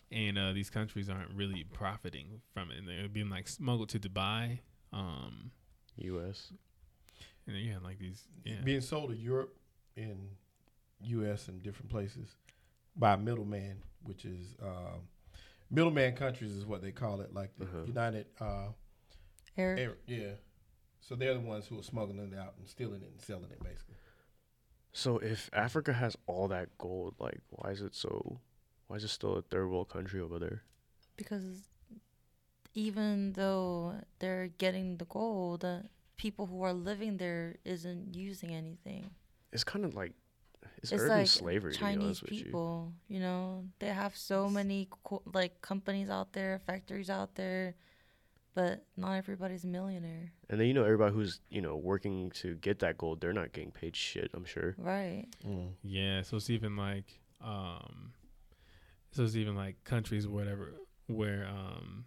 C: and uh these countries aren't really profiting from it and they're being like smuggled to dubai um
B: U.S.
C: and then you have like these yeah
A: being sold to Europe and U.S. and different places by middleman, which is um, middleman countries is what they call it, like the
B: Uh-huh.
A: United. Uh,
D: Eric,
A: Arab- yeah, so they're the ones who are smuggling it out and stealing it and selling it, basically.
B: So if Africa has all that gold, like why is it so? Why is it still a third world country over there?
D: because even though they're getting the gold, uh, people who are living there isn't using anything.
B: It's kind of like it's,
D: it's
B: urban
D: like
B: slavery. to be
D: Chinese
B: honest with
D: people. You. know, they have so many co- like companies out there, factories out there, but not everybody's a millionaire,
B: you. And then you know everybody who's you know working to get that gold, they're not getting paid shit. I'm sure.
D: right?
C: Yeah, so it's even like um so it's even like countries whatever where um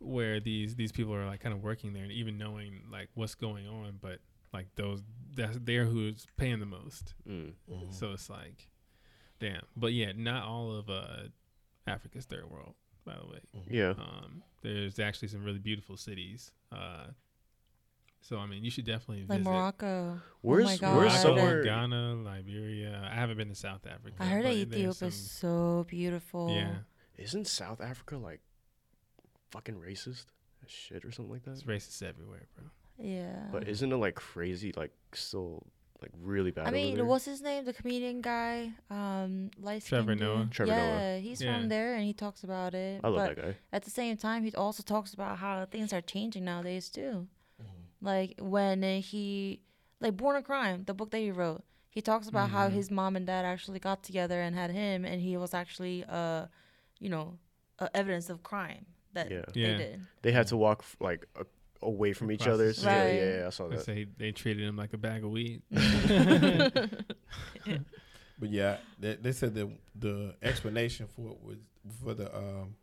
C: where these these people are like kind of working there and even knowing like what's going on but like those that's they're who's paying the most.
B: Mm.
C: So it's like damn. But yeah, not all of uh Africa's third world, by the way.
B: Yeah.
C: Um there's actually some really beautiful cities. Uh so I mean, you should definitely
D: Like
C: visit.
D: Morocco.
B: Where's-
D: oh my God.
B: where's
C: Morocco,
B: somewhere-
C: Ghana, Liberia. I haven't been to South Africa.
D: I heard that
C: but there's
D: Ethiopia is
C: some-
D: so beautiful.
C: Yeah,
B: Isn't South Africa like fucking racist as shit or something like that?
C: it's racist everywhere, bro.
D: Yeah.
B: But isn't it like crazy? Like still like really bad.
D: I mean,
B: over there?
D: what's his name? The comedian guy, um, light
C: Trevor Noah.
B: Trevor Noah.
D: yeah, he's
C: Yeah.
D: from there and he talks about it.
B: I love
D: but
B: that guy.
D: At the same time, he also talks about how things are changing nowadays too.
B: Mm-hmm.
D: Like when uh, he, like Born a Crime, the book that he wrote, he talks about
C: Mm-hmm.
D: how his mom and dad actually got together and had him, and he was actually, uh, you know, uh, evidence of crime that
B: Yeah.
D: they
C: Yeah.
D: did.
B: They had to walk f- like a, away from each
C: Across the
B: other.
C: street.
B: Yeah,
D: Right.
B: yeah, yeah, I saw
C: They
B: Oh, that.
C: say they treated him like a bag of weed.
A: But yeah, they, they said that the explanation for it was for the um,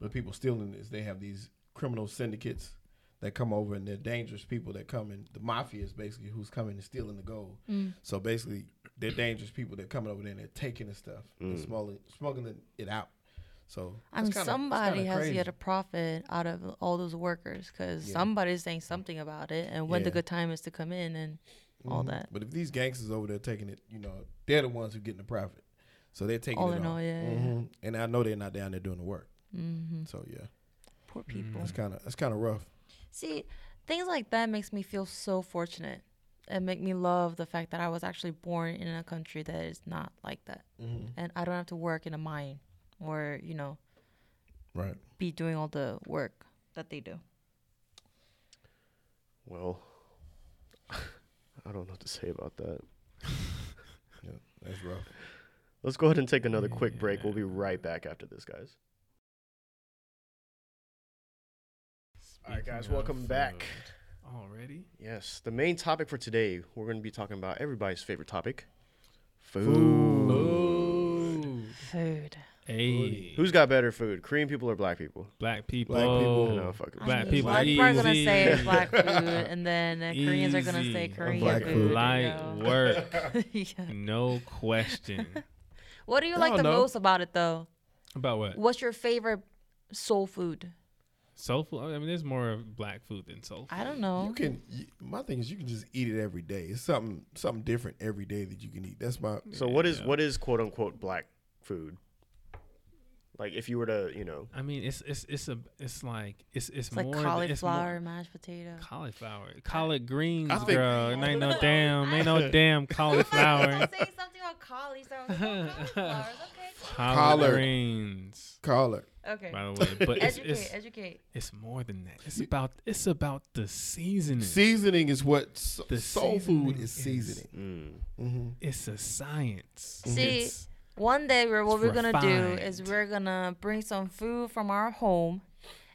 A: the people stealing is they have these criminal syndicates that come over and they're dangerous people that come in. The mafia is basically who's coming and stealing the gold.
D: Mm.
A: So basically, they're dangerous people. They're coming over there and they're taking the stuff, and
B: Mm.
A: smuggling smuggling it out. So
D: I mean,
A: it's kinda- it's
D: somebody
A: kinda
D: has to
A: crazy.
D: get a profit out of all those workers because
A: Yeah.
D: somebody's saying something about it and when the
A: Yeah.
D: good time is to come in and all
A: Mhm.
D: that.
A: But if these gangsters over there taking it, you know, they're the ones who getting the profit. So they're taking
D: All
A: it
D: in
A: all.
D: all, yeah, yeah.
A: Mhm. And I know they're not down there doing the work.
D: hmm
A: So yeah,
D: poor people.
A: that's kind of that's kind of rough.
D: See, things like that makes me feel so fortunate and make me love the fact that I was actually born in a country that is not like that.
A: Mm-hmm.
D: And I don't have to work in a mine or, you know,
A: Right.
D: be doing all the work that they do.
B: Well, I don't know what to say about that.
A: Yeah, that's rough.
B: Let's go ahead and take another quick break. We'll be right back after this, guys. All right, guys,
C: Speaking of
B: welcome back.
C: food. Already?
B: Yes, the main topic for today, we're going to be talking about everybody's favorite topic food.
C: Ooh.
D: Food.
C: Hey.
B: Who's got better food, Korean people or black people?
C: Black people.
A: Black people.
B: No, fuck it.
C: Black
D: I mean,
C: people
D: Black people are gonna
C: easy.
D: say it's black food, and then uh, Koreans are gonna say
C: Easy.
D: Korean
A: Black
D: food.
A: food.
C: Light
D: you know?
C: work.
D: Yeah.
C: No question.
D: What do you
A: I
D: like
A: don't
D: the
A: know.
D: most about it, though?
C: About what?
D: What's your favorite soul food?
C: Soul food? I mean, there's more of black food than soul food.
D: I don't know.
A: You can. You, my thing is, you can just eat it every day. It's something something different every day that you can eat. That's my.
B: So what is what is quote unquote black food? Like if you were to, you know,
C: I mean, it's it's it's a it's like it's it's,
D: It's
C: more
D: like
C: th- it's more-
D: cauliflower, mashed potato.
C: cauliflower, collard greens,
A: I think-
C: girl. And ain't no damn, ain't no damn cauliflower.
D: saying something about collie, so I was like, oh, cauliflower. It's
C: collard
A: Collard.
C: greens,
A: Caller.
D: okay.
C: by the way. But it's,
D: Educate,
C: it's
D: educate.
C: it's more than that. It's about it's about the seasoning.
A: Seasoning is what s-
C: Mm. The
A: soul
C: seasoning
A: food is
C: is-
A: seasoning.
B: mm,
A: hmm
C: It's a science.
A: Mm-hmm.
D: See,
C: Mm-hmm. It's-
D: One day, we're, what
C: It's
D: we're gonna do is
C: refined.
D: we're gonna bring some food from our home,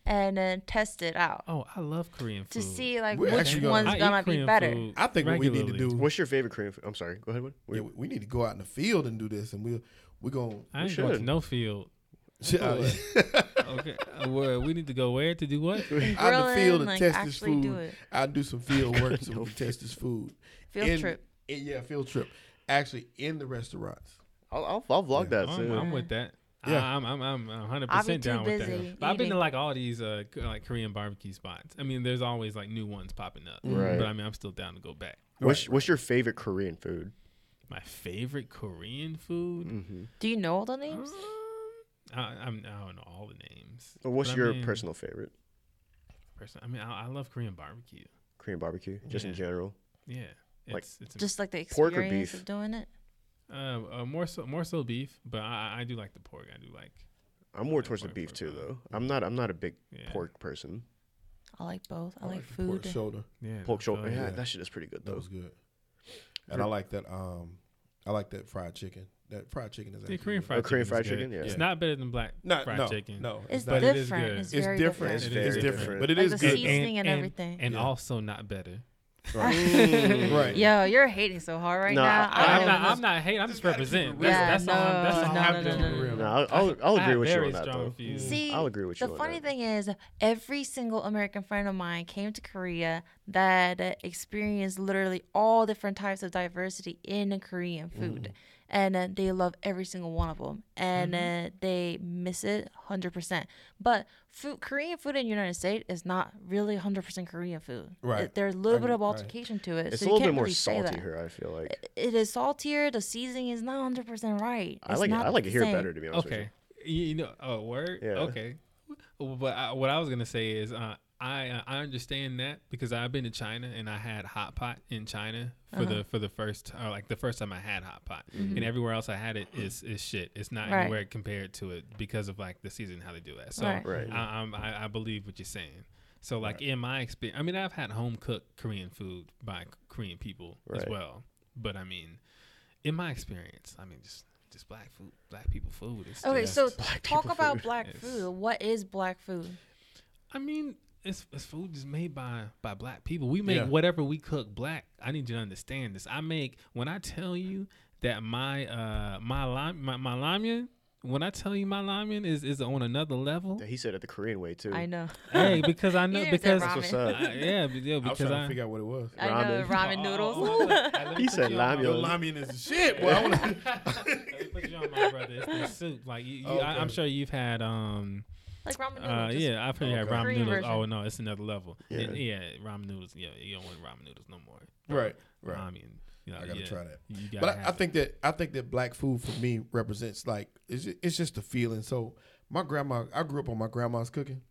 D: and then test it out
C: oh, I love Korean food.
D: to see like
A: We're
D: which
A: actually gonna-
D: one's
C: eat
D: gonna be
C: Korean
D: better.
C: food
A: I think what we need to
C: regularly.
A: do.
B: what's your favorite Korean food? I'm sorry. Go ahead. What?
A: yeah, we- we need to go out in the field and do this, and we'll we're gonna.
C: I
B: we
C: ain't going to
B: should.
C: no field. Okay, uh, where- we need to go where to do what?
A: out in the
D: Grilling,
A: field and
D: like,
A: test this
D: actually
A: food.
D: do it.
A: I'll do some field work so we can test this food.
D: Field
A: In-
D: trip.
A: in- yeah, field trip. Actually, in the restaurants.
B: I'll I'll, I'll vlog that
C: I'm,
B: soon.
C: Oh, I'm with that.
A: Yeah.
C: I, I'm I'm I'm 100
D: I'll be
C: percent
D: too
C: down with
D: busy
C: that. But I've been to
D: eating.
C: like all these uh k- like Korean barbecue spots. I mean, there's always like new ones popping up.
B: Mm-hmm. Right.
C: But I mean, I'm still down to go back.
B: What's what's your favorite Korean food?
C: My favorite Korean food. um,
D: Do you know all
B: Mm-hmm.
D: the names?
C: I, I'm I don't know all the names.
B: Or what's
C: but I
B: your
C: mean,
B: personal favorite
C: person? I mean, I, I love Korean barbecue.
B: Korean barbecue, just in
C: Yeah.
B: general?
C: Yeah. It's,
B: Like,
C: it's a-
D: Just like the
B: Pork or
D: experience
B: beef?
D: of doing it.
C: uh, uh, more so more so beef, but I, I- I do like the pork. I do like
B: I'm more
C: like
B: towards the
C: pork
B: beef
C: for
B: too,
C: fun.
B: though. I'm not I'm not a big
C: uh, Yeah.
B: pork person.
D: I like both. I, like,
A: the
D: food.
A: Pork shoulder.
C: yeah
B: Pork
C: I feel
B: shoulder,
C: you.
B: yeah,
A: yeah.
B: that shit is pretty good
A: That
B: though.
A: was good. And I like that. Um, I like that fried chicken. That fried chicken is
C: The
A: actually
C: Korean
A: good.
C: fried
B: Oh, Korean
C: chicken.
B: fried
C: is good.
B: chicken, yeah.
C: It's
A: Yeah.
C: not better than black
A: No,
C: fried
A: no,
C: chicken.
A: No,
D: It's
A: not.
C: But it is
D: different.
C: good.
D: it's,
A: It's
D: very
A: different.
D: different.
A: It's,
B: It
A: it's
B: is
A: different.
B: different.
A: but it
D: Like
A: is
D: the
A: good.
D: season- Seasoning and everything.
C: and
A: Yeah.
C: also not better.
A: right.
D: Yo, you're hating so hard right
B: No,
D: now.
B: I-
D: I
C: I'm
D: don't
C: not.
D: know.
C: I'm not hating. I'm just representing.
D: Yeah,
C: That's, that's all. I'm- That's all.
D: no,
C: I'm
D: no,
C: doing.
D: no, no, no.
A: Real.
B: No, I'll, I'll, I'll
C: I
B: agree
C: have
B: with you
C: very
B: on that
C: strong
B: though.
C: views.
D: See,
B: I'll agree with you
D: The
B: on
D: funny
B: that.
D: thing is, every single American friend of mine came to Korea that uh, experienced literally all different types of diversity in Korean food,
B: Mm-hmm.
D: and uh, they love every single one of them, and uh, they miss it hundred percent. But food, Korean food in the United States is not really hundred percent Korean food.
A: Right.
D: there's a little bit
A: mean,
D: of
A: right.
D: altercation to it.
B: It's
D: so
B: a
D: you
B: little
D: can't
B: bit more
D: really say
B: salty
D: that.
B: here. I feel like
D: It is saltier. The seasoning is not hundred percent right.
B: I
D: It's
B: like it.
D: not
B: I like it
D: the
B: here
D: same.
B: better to be honest. with you.
C: Okay. You, you know. Oh, word.
B: Yeah.
C: Okay. But I, what I was gonna say is, uh, I uh, I understand that because I've been to China and I had hot pot in China for
D: Uh-huh.
C: the for the first uh, like the first time I had hot pot, and everywhere else I had it is is shit. It's not
D: Mm-hmm. Right.
C: anywhere compared to it because of like the season how they do that. So
D: Right.
B: Right.
C: I, I'm, I I believe what you're saying. So like in my experience, I mean I've had home cooked Korean food by Korean people as
B: Right.
C: well, but I mean in my experience, I mean just just black food, black people food. It's
D: Okay,
C: just-
D: so
A: Black
D: talk
A: people
D: about
A: food.
D: black
C: Yes.
D: food. What is black food?
C: I mean, it's, it's food just made by by black people. We make
A: Yeah.
C: whatever we cook black. I need you to understand this. I make when I tell you that my uh my lime my, my lamian when I tell you my lamian is is on another level.
B: He said it the Korean way too.
D: I know.
C: hey, because I know
D: didn't say
C: because
B: That's
D: ramen.
B: what's up.
C: I- yeah, be- yeah,
A: I was
C: because
A: trying
C: I,
A: to figure out what it was.
D: I know
B: Ramen.
C: Oh,
D: ramen noodles.
C: oh, oh, let- let me
B: He
C: put
B: said
C: you on my-
B: Yo,
A: Yo,
B: Yo,
A: Lamian is the shit, boy. I wanna,
C: Let me put you on my brother. It's the soup. Like you, you, I, I'm
A: Okay.
C: sure you've had um
D: like ramen noodles.
C: Uh,
D: just-
C: yeah, I've heard had
A: Okay.
C: ramen
D: Korean
C: noodles.
D: version.
C: Oh no, it's another level. Yeah.
B: Yeah.
C: yeah, ramen noodles. Yeah, you don't want ramen noodles no more.
A: right, right.
C: I mean, you know,
A: I gotta
C: yeah,
A: try that.
C: Um, You gotta
A: But I, I
C: have it.
A: think that I think that black food for me represents like it's just, it's just a feeling. So my grandma, I grew up on my grandma's cooking,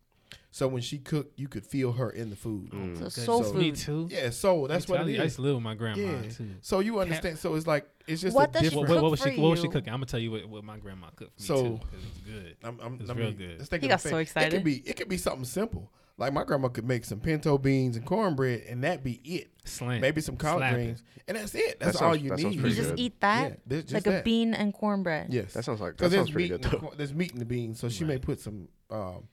A: so when she cooked, you could feel her in the
B: Mm.
A: food.
D: So
C: Good.
D: soul
A: so-
C: Me
D: food.
C: too.
A: Yeah, so that's
C: Me too.
A: what
C: I,
A: it
C: I used
A: is.
C: to live with my grandma
A: Yeah.
C: too.
A: So you understand? So it's like it's just
D: What
A: a
D: does she
A: different.
C: What, what
D: Cook
C: was
D: for
C: she? What was she
D: you.
C: cooking? I'm gonna tell you what, what my grandma cooked for me
A: So-
C: too. 'cause It was good.
A: I'm, I'm,
C: It's
A: I mean,
C: real good.
A: Let's think
D: He
A: of the
D: got so
A: fa- It
D: excited.
A: could be it could be something simple. Like my grandma could make some pinto beans and cornbread, and that be it.
C: Slam.
A: Maybe some collard
C: Slap it.
A: greens, and that's it. That's
B: sounds-
A: all you
B: that sounds
A: need.
D: You
B: pretty
D: just
B: good.
D: eat that?
A: there's just
D: like a
A: that.
D: bean and cornbread.
A: Yes,
B: That sounds like-
A: 'Cause
B: that
A: there's
B: sounds pretty
A: meat
B: good,
A: in the
B: though.
A: cor- There's meat in the beans, so she may
C: Right.
A: put some um,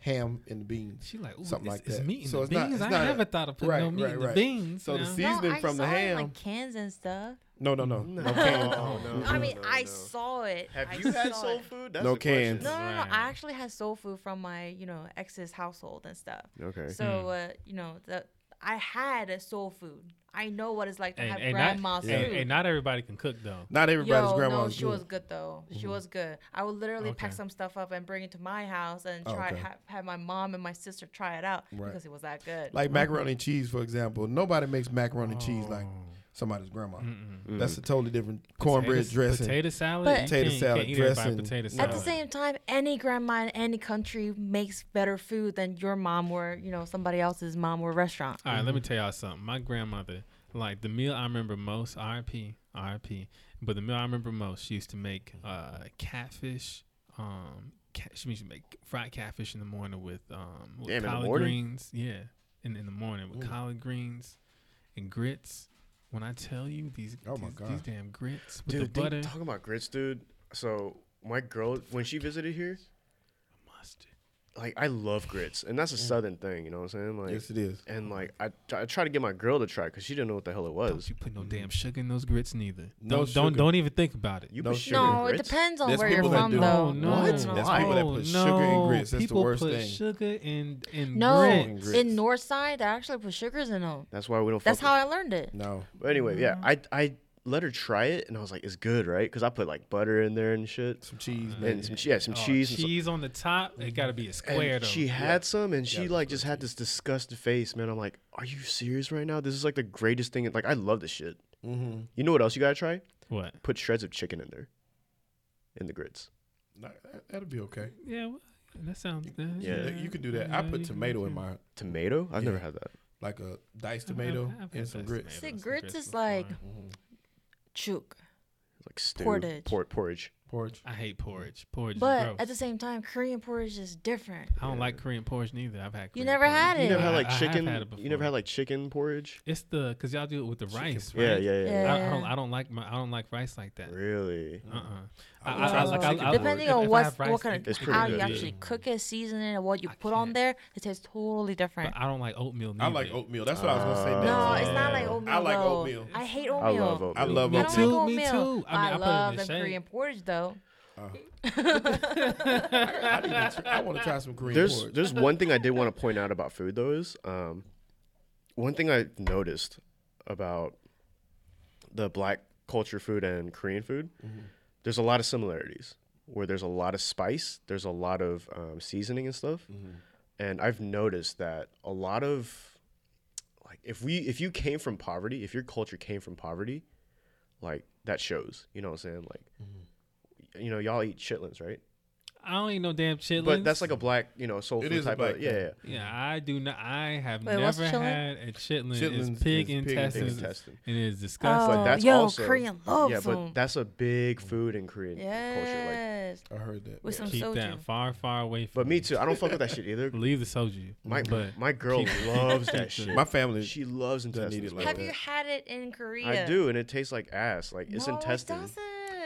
A: ham in the beans.
C: She like, ooh,
A: Something
C: it's,
A: like
C: it's
A: that.
C: meat in
A: So
C: the
A: it's not-
C: beans.
A: it's
C: I
A: not a-
C: never thought of putting
A: Right,
C: no meat
A: right,
C: in the
A: right.
C: beans.
A: So the
C: now.
A: sea- Seasoning
D: no, I
A: from the
D: saw it in,
A: ham.
D: like cans and stuff.
A: No, no, no,
D: Mm-hmm.
B: No.
A: no cans.
B: Oh, no,
D: I mean,
B: no,
D: I
B: no.
D: saw it. I
B: Have you had
D: saw
B: soul
D: it.
B: food? That's
A: No
B: the question.
A: cans.
D: No, no, no. I
C: Right.
D: actually had soul food from my, you know, ex's household and stuff.
B: Okay.
D: So, uh, you know, the, I had a soul food. I know what it's like to
C: and,
D: have
C: and not,
D: grandma's food.
C: and, and not everybody can cook though.
A: Not everybody's
D: Yo,
A: grandma's
D: no, she
A: good.
D: was good though. She was good. I would literally pack
C: Okay.
D: some stuff up and bring it to my house and
A: Oh,
D: try
A: okay.
D: have, have my mom and my sister try it out
A: Right.
D: because it was that good.
A: like macaroni and cheese, for example. Nobody makes macaroni and cheese like
D: Oh.
A: somebody's grandma. That's a totally different cornbread
C: Potato-
A: dressing.
C: potato salad,
D: But-
C: You
A: Potato
C: can't-
A: salad
C: can't eat everybody
A: dressing.
C: Potato
A: At
C: salad.
D: At the same time, any grandma in any country makes better food than your mom or you know somebody else's mom or restaurant.
C: All right, let me
B: Mm-hmm.
C: tell y'all something. My grandmother, like the meal I remember most, RP, RP, but the meal I remember most, she used to make uh, catfish. Um, cat, she used to make fried catfish in the morning with um with
B: Damn, in the
C: collard
B: morning?
C: greens. Yeah, in in the morning with collard greens and grits. When I tell you these,
A: Oh my
C: these,
A: God.
C: these damn grits with
B: Dude,
C: the butter,
B: think, talking about grits, dude. So my girl, when she visited here,
C: mustard.
B: like I love grits, and that's a southern thing. You know what I'm saying? Like,
A: yes, it is.
B: and like I, I try to get my girl to try because she didn't know what the hell it
C: Don't
B: was.
C: you put no damn sugar in those grits neither.
A: No
C: don't don't
A: sugar.
C: don't even think about it.
B: Mm. You
A: No
B: put
A: sugar
B: sugar in
D: no, it
B: grits?
D: depends on
A: There's
D: where you're
A: people that
D: from
A: do.
D: though.
C: no,
A: What?
C: No,
A: There's people that put
C: no.
A: sugar in grits. That's the
C: people
A: worst
C: put
A: thing.
C: Sugar in in
D: No,
C: grits.
A: grits.
D: in North Side they actually put sugars in them.
B: That's why we don't.
D: That's
B: fuck
D: how I Mm-hmm. learned it.
A: No,
B: With. But anyway, yeah, I I let her try it, and I was like, it's good, right? Because I put like butter in there and shit,
A: some cheese, man.
B: and some yeah, some
C: Oh,
B: cheese. and so-
C: cheese on the top. It got to be a square
B: And
C: though.
B: she had some, and she like just had this disgusted face, man. I'm like, are you serious right now? This is like the greatest thing. Like I love this shit.
A: Mm-hmm.
B: You know what else you gotta try?
C: what?
B: Put shreds of chicken in there, in the grits.
A: That, that'll be okay.
C: Yeah, well, that sounds.
B: Yeah.
A: You can do that. I put tomato in my
B: Tomato? I've never
A: Yeah.
B: had that.
A: like a diced tomato
C: I've had
A: and some
C: diced
A: grits.
D: See,
C: some
D: grits
C: grits
D: is
C: before.
D: like
A: Mhm.
D: chook,
B: It's like stew.
D: Portage.
B: Por- porridge.
A: Porridge.
C: I hate porridge. Porridge is
D: but
C: gross.
D: at the same time, Korean porridge is different.
C: I don't like Korean porridge neither. I've had.
D: You
C: Korean
D: never had
B: You
D: it.
B: never had
C: I-
B: like
C: I have
B: chicken.
C: had it
B: you never
C: before.
B: had like chicken porridge.
C: It's the cause y'all do it with the rice, right?
B: Yeah, yeah, yeah.
C: I, I
D: Yeah.
C: don't. I don't like my. I don't like rice like that.
B: Really?
C: Uh uh
A: I
C: I, I,
A: would try
C: like, I,
A: some
C: I,
A: chicken
D: Uh, depending
C: if-
D: on
C: if I
D: what
C: have rice,
D: what kind
C: it-
D: of
B: It's
C: it
B: pretty
D: how
C: could
D: you
B: good.
C: be.
D: actually cook it, season it, and what you
C: I
D: put on
C: can't.
D: there, it tastes totally different.
C: But I don't like oatmeal. Neither.
A: I like oatmeal. That's what I was gonna say. Next.
D: Oh. no, it's not
C: Yeah.
D: like oatmeal.
A: I like
D: though.
A: oatmeal.
D: I
B: I
D: hate oatmeal.
B: love oatmeal.
A: I love
D: I
A: Me
D: don't
A: too,
D: like
C: me
D: oatmeal.
C: too. I mean, I put it in
D: love
C: the
D: them
C: shade.
D: Korean porridge though.
A: I, need to try, I want to try some Korean
B: There's
A: porridge.
B: there's one thing I did want to point out about food though is um, one thing I noticed about the black culture food and Korean food. There's a lot of similarities where there's a lot of spice, there's a lot of um, seasoning and stuff, and I've noticed that a lot of like if we if you came from poverty, if your culture came from poverty, like that shows. You know what I'm saying? Like, you know, y'all eat chitlins, right?
C: I don't eat no damn chitlins.
B: But that's like a black, you know, soul
A: It
B: food
A: is a
B: type
A: black
B: of yeah,
A: thing.
B: yeah.
C: Yeah, I do not. I have
D: Wait, what's
C: never
D: chitlin?
C: had a chitlin.
A: Chitlins
C: it's pig
A: is pig
C: intestines,
B: intestine.
C: and it is disgusting.
D: Oh,
B: But that's
D: yo,
B: also
D: Korean loves
B: yeah, but
D: them.
B: that's a big food in Korean culture. Like,
D: Yes,
A: I heard that.
D: with some
C: Keep
D: soju.
C: that far, far away from.
B: but me too. I don't fuck with that shit either.
C: Leave the soju.
B: My
C: but
B: my girl loves that
C: keep
B: shit.
A: My family.
B: she loves
A: doesn't eat
B: intestines.
A: it like
D: Have
A: that.
D: you had it in Korea?
B: I do, and it tastes like ass. Like it's
D: no,
B: intestine.
D: It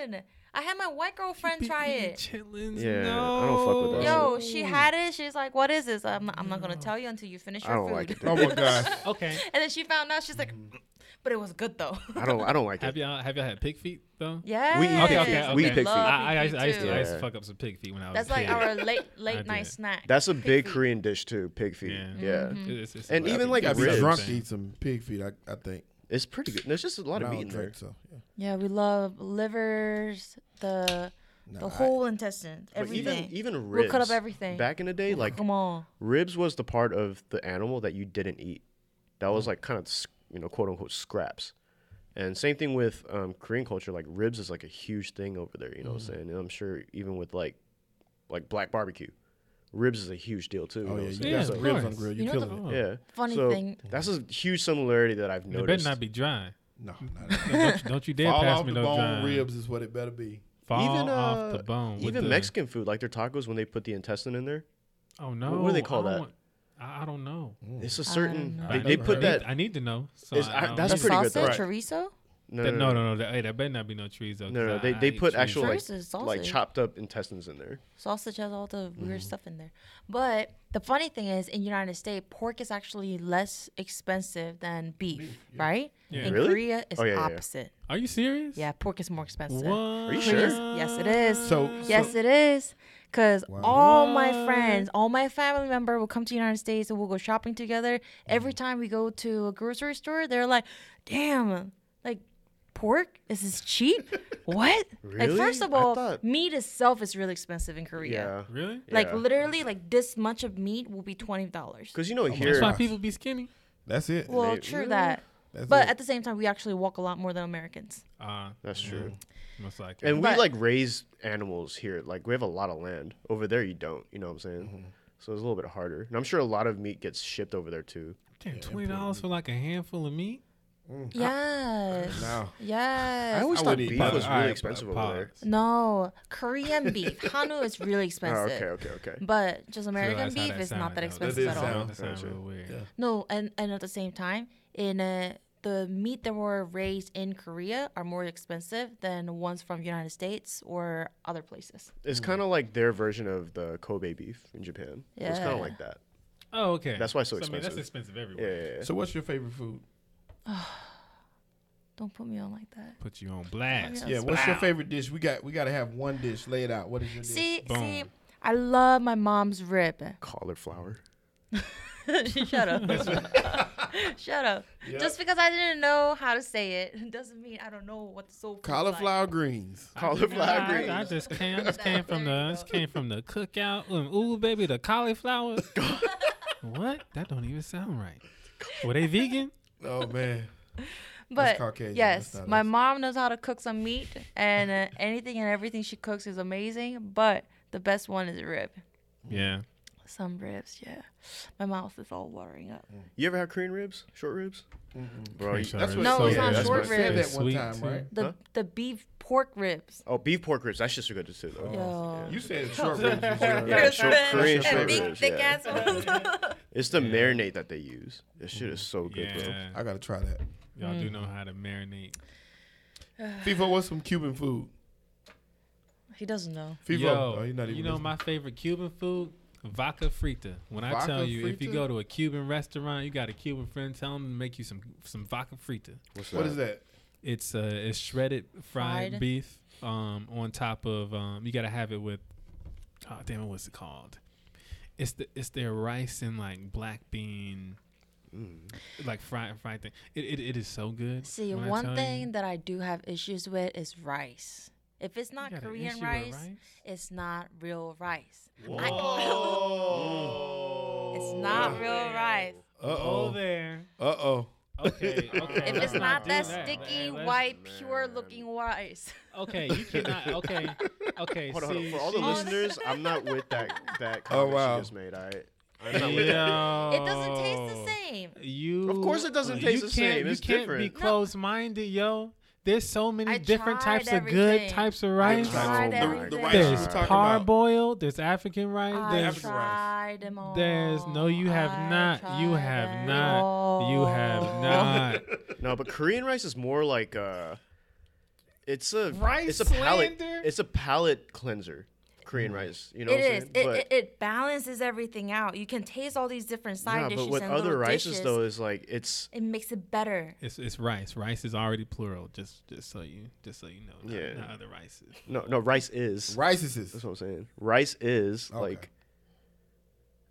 D: doesn't. I had my white girlfriend try it.
C: Chitlins,
B: Yeah,
C: no.
B: I don't fuck with that
D: Yo, she had it. She's like, "What is this?" I'm, I'm not gonna tell you until you finish
B: I don't
D: your food.
B: like it.
A: Oh my gosh.
C: Okay.
D: And then she found out. She's like, "Mm, "But it was good though."
B: I don't. I don't like
C: Have
B: it.
C: y'all have y'all had pig feet though?
D: yeah.
B: We eat
C: Okay, okay, okay. We eat
B: pig
D: Love
B: feet.
C: I, I,
D: pig
C: used- I used
D: too.
C: to, I used to
B: Yeah.
C: fuck up some pig feet when I was.
D: That's
C: a
D: like
C: kid.
D: our late late
C: did.
D: night snack.
B: That's a big
D: feet.
B: Korean dish too. Pig feet.
D: Mm-hmm.
C: Yeah.
B: Yeah,
C: It's- it's-
B: And
C: it's-
B: even, like,
A: Gotta be
B: Ribs.
A: drunk to eat some pig feet. I, I think.
B: it's pretty good. There's just a lot
A: But
B: of
A: I
B: meat in
A: don't
B: there.
A: drink, so, yeah.
D: Yeah, we love livers, the
A: Nah,
D: the
A: I-
D: whole intestine,
B: But
D: everything.
B: even even
D: We'll
B: ribs.
D: cut up everything.
B: Back in the day, like
D: Come on.
B: ribs was the part of the animal that you didn't eat. That
C: Mm-hmm.
B: was like kind of s- you know quote unquote scraps. And same thing with um, Korean culture. Like ribs is like a huge thing over there. You know what
C: Mm.
B: I'm saying? And I'm sure even with like like black barbecue, ribs is a huge deal too. you
A: Oh yeah,
B: know what I'm
A: you
B: saying?
C: Yeah,
A: got
C: of
A: some ribs on
C: course.
A: the grill.
D: You
A: You're
D: know
A: killing
D: the-
A: it.
C: Oh.
B: Yeah.
D: Funny
B: So
D: thing.
B: That's a huge similarity that I've
C: It
B: noticed.
C: better not be dry.
A: No, not at all.
C: Don't, don't you dare
A: Fall
C: pass
A: off
C: me
A: the
C: no
A: bone
C: dry.
A: ribs is what it better be.
C: Fall
B: even
C: off
B: uh,
C: the bone. with
B: Even
C: the-
B: Mexican food, like their tacos, when they put the intestine in there,
C: Oh no.
B: do they call
C: I don't
B: that?
C: want- I, I don't know.
B: it's a
D: don't
B: certain.
D: know.
B: They,
C: I
B: they
C: don't
B: put
C: know. Mm. I need-
B: that.
C: I need to know. So
B: It's- I-
C: I,
B: that's
D: The
B: It's pretty good
D: salsa,
B: though. Right.
D: chorizo?
B: No,
C: No,
B: no,
C: no, no. that- Hey, that better not be no chorizo.
B: No,
C: 'cause
B: no,
C: I-
B: they-
C: I
B: they
C: hate
B: put
C: chorizo.
B: actual, like-
D: Chorizo is sausage.
B: Like chopped up intestines in there.
D: sausage has all the
B: Mm-hmm.
D: weird stuff in there. But the funny thing is, in United States, pork is actually less expensive than beef, right?
C: Yeah.
D: In
B: Really?
D: Korea, it's
B: Oh, yeah, yeah, yeah.
D: opposite.
C: Are you serious?
D: Yeah, pork is more expensive.
C: What? Are
B: you
D: Korea's-
B: sure?
D: Yes, it is.
A: So-
D: yes,
A: so-
D: it is. Cause all my
C: What?
D: friends, all my family member will come to United States and we'll go shopping together. Every
B: Mm-hmm.
D: time we go to a grocery store, they're like, "Damn, like pork? This is cheap? what? Like
B: Really?
D: first of
B: I
D: all,
B: thought-
D: meat itself is really expensive in Korea.
B: Yeah.
C: Really?
D: Like
B: Yeah.
D: literally, like this much of meat will be twenty dollars.
B: Because you know
C: That's
B: here,
C: why people be skinny.
A: That's it.
D: Well,
B: They-
D: true
B: Really?
D: that,
A: That's
D: but
A: it.
D: at the same time, we actually walk a lot more than Americans.
C: Uh,
B: that's true.
C: most likely.
B: And we
D: But-
B: like raise animals here. Like we have a lot of land over there. You don't. You know what I'm saying? So it's a little bit harder. And I'm sure a lot of meat gets shipped over there too.
C: Damn, twenty dollars for like a handful of meat.
D: Yes.
A: No.
D: Yes.
B: I always
A: I
B: thought
A: wouldn't eat
B: beef
A: that.
B: was
C: All
B: really
C: right,
B: expensive
C: pause.
B: over there.
D: No, Korean beef. Hanu is really
B: Oh,
D: expensive.
B: okay, okay, okay.
D: But just American
C: Realize how
D: beef
C: that
D: is not
C: sound
D: that
C: now.
A: That
D: expensive
A: is
D: at all.
A: sound-
C: That sounds
A: Yeah.
C: real weird.
A: Yeah.
D: No, and, and at the same time, in uh, the meat that were raised in Korea are more expensive than ones from United States or other places.
B: It's kind of like their version of the Kobe beef in Japan. It's kind
D: Yeah.
B: of like that.
C: Oh, okay.
B: That's why it's so
C: I mean, that's
B: expensive.
C: expensive
B: Yeah,
C: everywhere.
B: yeah, yeah.
A: So, what's your favorite food?
D: Don't put me on like that.
C: Put you on blast.
D: Yeah,
A: Yeah, what's your
C: Wow.
A: favorite dish? We got we got to have one dish. Lay it out. What is your dish?
D: See, see,
C: Boom.
D: I love my mom's rib.
B: cauliflower.
D: Shut up. Shut up. Just because I didn't know how to say it doesn't mean I don't know what the soul food's like.
A: cauliflower greens.
B: Cauliflower
C: I,
B: greens.
C: I just came. I just came from the.
D: There you
C: This came from the cookout. Um, ooh, baby, the cauliflower. what? That don't even sound right. Were they vegan?
A: Oh man,
D: But
A: Caucasian, that's
D: yes,
A: not
D: my
A: us.
D: mom knows how to cook some meat, and uh, anything and everything she cooks is amazing. But the best one is rib.
C: Yeah.
D: Some ribs, yeah. My mouth is all watering up.
B: You ever had Korean ribs? Short ribs? Bro, you-
C: Cream
A: that's
C: soda
A: what
C: is
D: No,
C: so
D: it's not
C: good.
B: short
A: what said
D: ribs.
A: that one
C: Sweet
A: time,
C: too.
A: right?
D: The
B: Huh?
D: the beef pork ribs.
B: Oh, beef pork ribs. That's just good too, though.
D: Yo.
A: You said short ribs. was your-
B: Yeah, short- Korean
D: and
B: short
D: big,
B: ribs,
D: thick
B: yeah.
D: ass ones.
B: It's the marinade that they use. This shit is so good,
C: Yeah.
A: I gotta try that.
C: Y'all do know how to marinate.
A: FIFA, what's some Cuban food?
D: he doesn't know.
A: FIFA,
C: Yo,
A: oh, you're not even
C: you know
A: listening.
C: my favorite Cuban food? Vaca frita. When I
A: Vodka
C: tell you, if you
A: frita?
C: go to a Cuban restaurant, you got a Cuban friend, tell them to make you some some vaca frita.
B: bro.
A: what is that?
C: It's uh, it's shredded fried,
D: Fried.
C: beef um, on top of um, you gotta have it with oh damn it what's it called? It's the it's their rice and like black bean
B: Mm.
C: like fried fried thing. It, it, it is so good.
D: See,
C: when I
D: one
C: tell
D: thing
C: you,
D: that I do have issues with is rice. If it's not
C: got an issue
D: Korean
C: with
D: rice,
C: rice?
D: it's not real rice.
B: Oh.
D: I- it's not real rice.
A: Uh
C: oh
A: oh.
C: there.
A: Uh oh.
C: Okay, okay.
D: If
C: let's
D: it's not
C: do
D: that
C: that.
D: sticky,
C: Let's-
D: white, pure looking rice.
C: Okay, you cannot. Okay, okay.
B: Hold on, hold on.
C: see,
B: For all the
C: she-
B: listeners, I'm not with that that
A: Oh,
B: comment
A: wow.
B: she just made. I, I'm not with that.
D: It doesn't taste
C: Oh.
D: the same.
C: You,
B: Of course it doesn't taste
C: you
B: the
C: can't-
B: same.
C: You
B: It's
C: can't be
B: different.
D: No.
C: closed-minded, yo. There's so many
D: I
C: different
D: tried
C: types of
D: everything.
C: good types of rice.
D: tried
A: The- the,
D: everything.
A: rice you were
C: There's
A: talking about.
C: parboiled. There's African rice.
D: I
C: there's
A: African rice.
D: tried them all.
C: there's no. You have
D: I
C: not. You
D: tried
C: have
D: them
C: not. You have
D: all.
C: not.
B: No, but Korean rice is more like uh, it's a
C: Rice
B: it's a palate
C: slander?
B: it's a palate cleanser. Korean
A: Mm.
B: rice, you know
D: It
B: what I'm
D: is.
B: saying?
D: It,
B: But-
D: it, it balances everything out. You can taste all these different side
B: yeah,
D: dishes
B: but with
D: and
B: other
D: little
B: rices
D: dishes.
B: though is like it's
D: it makes it better.
C: It's it's rice. Rice is already plural. Just just so you just so you know. Not,
B: Yeah.
C: not other rices.
B: no no rice is
A: Rice is this.
B: That's what I'm saying. Rice is
A: Okay.
B: like,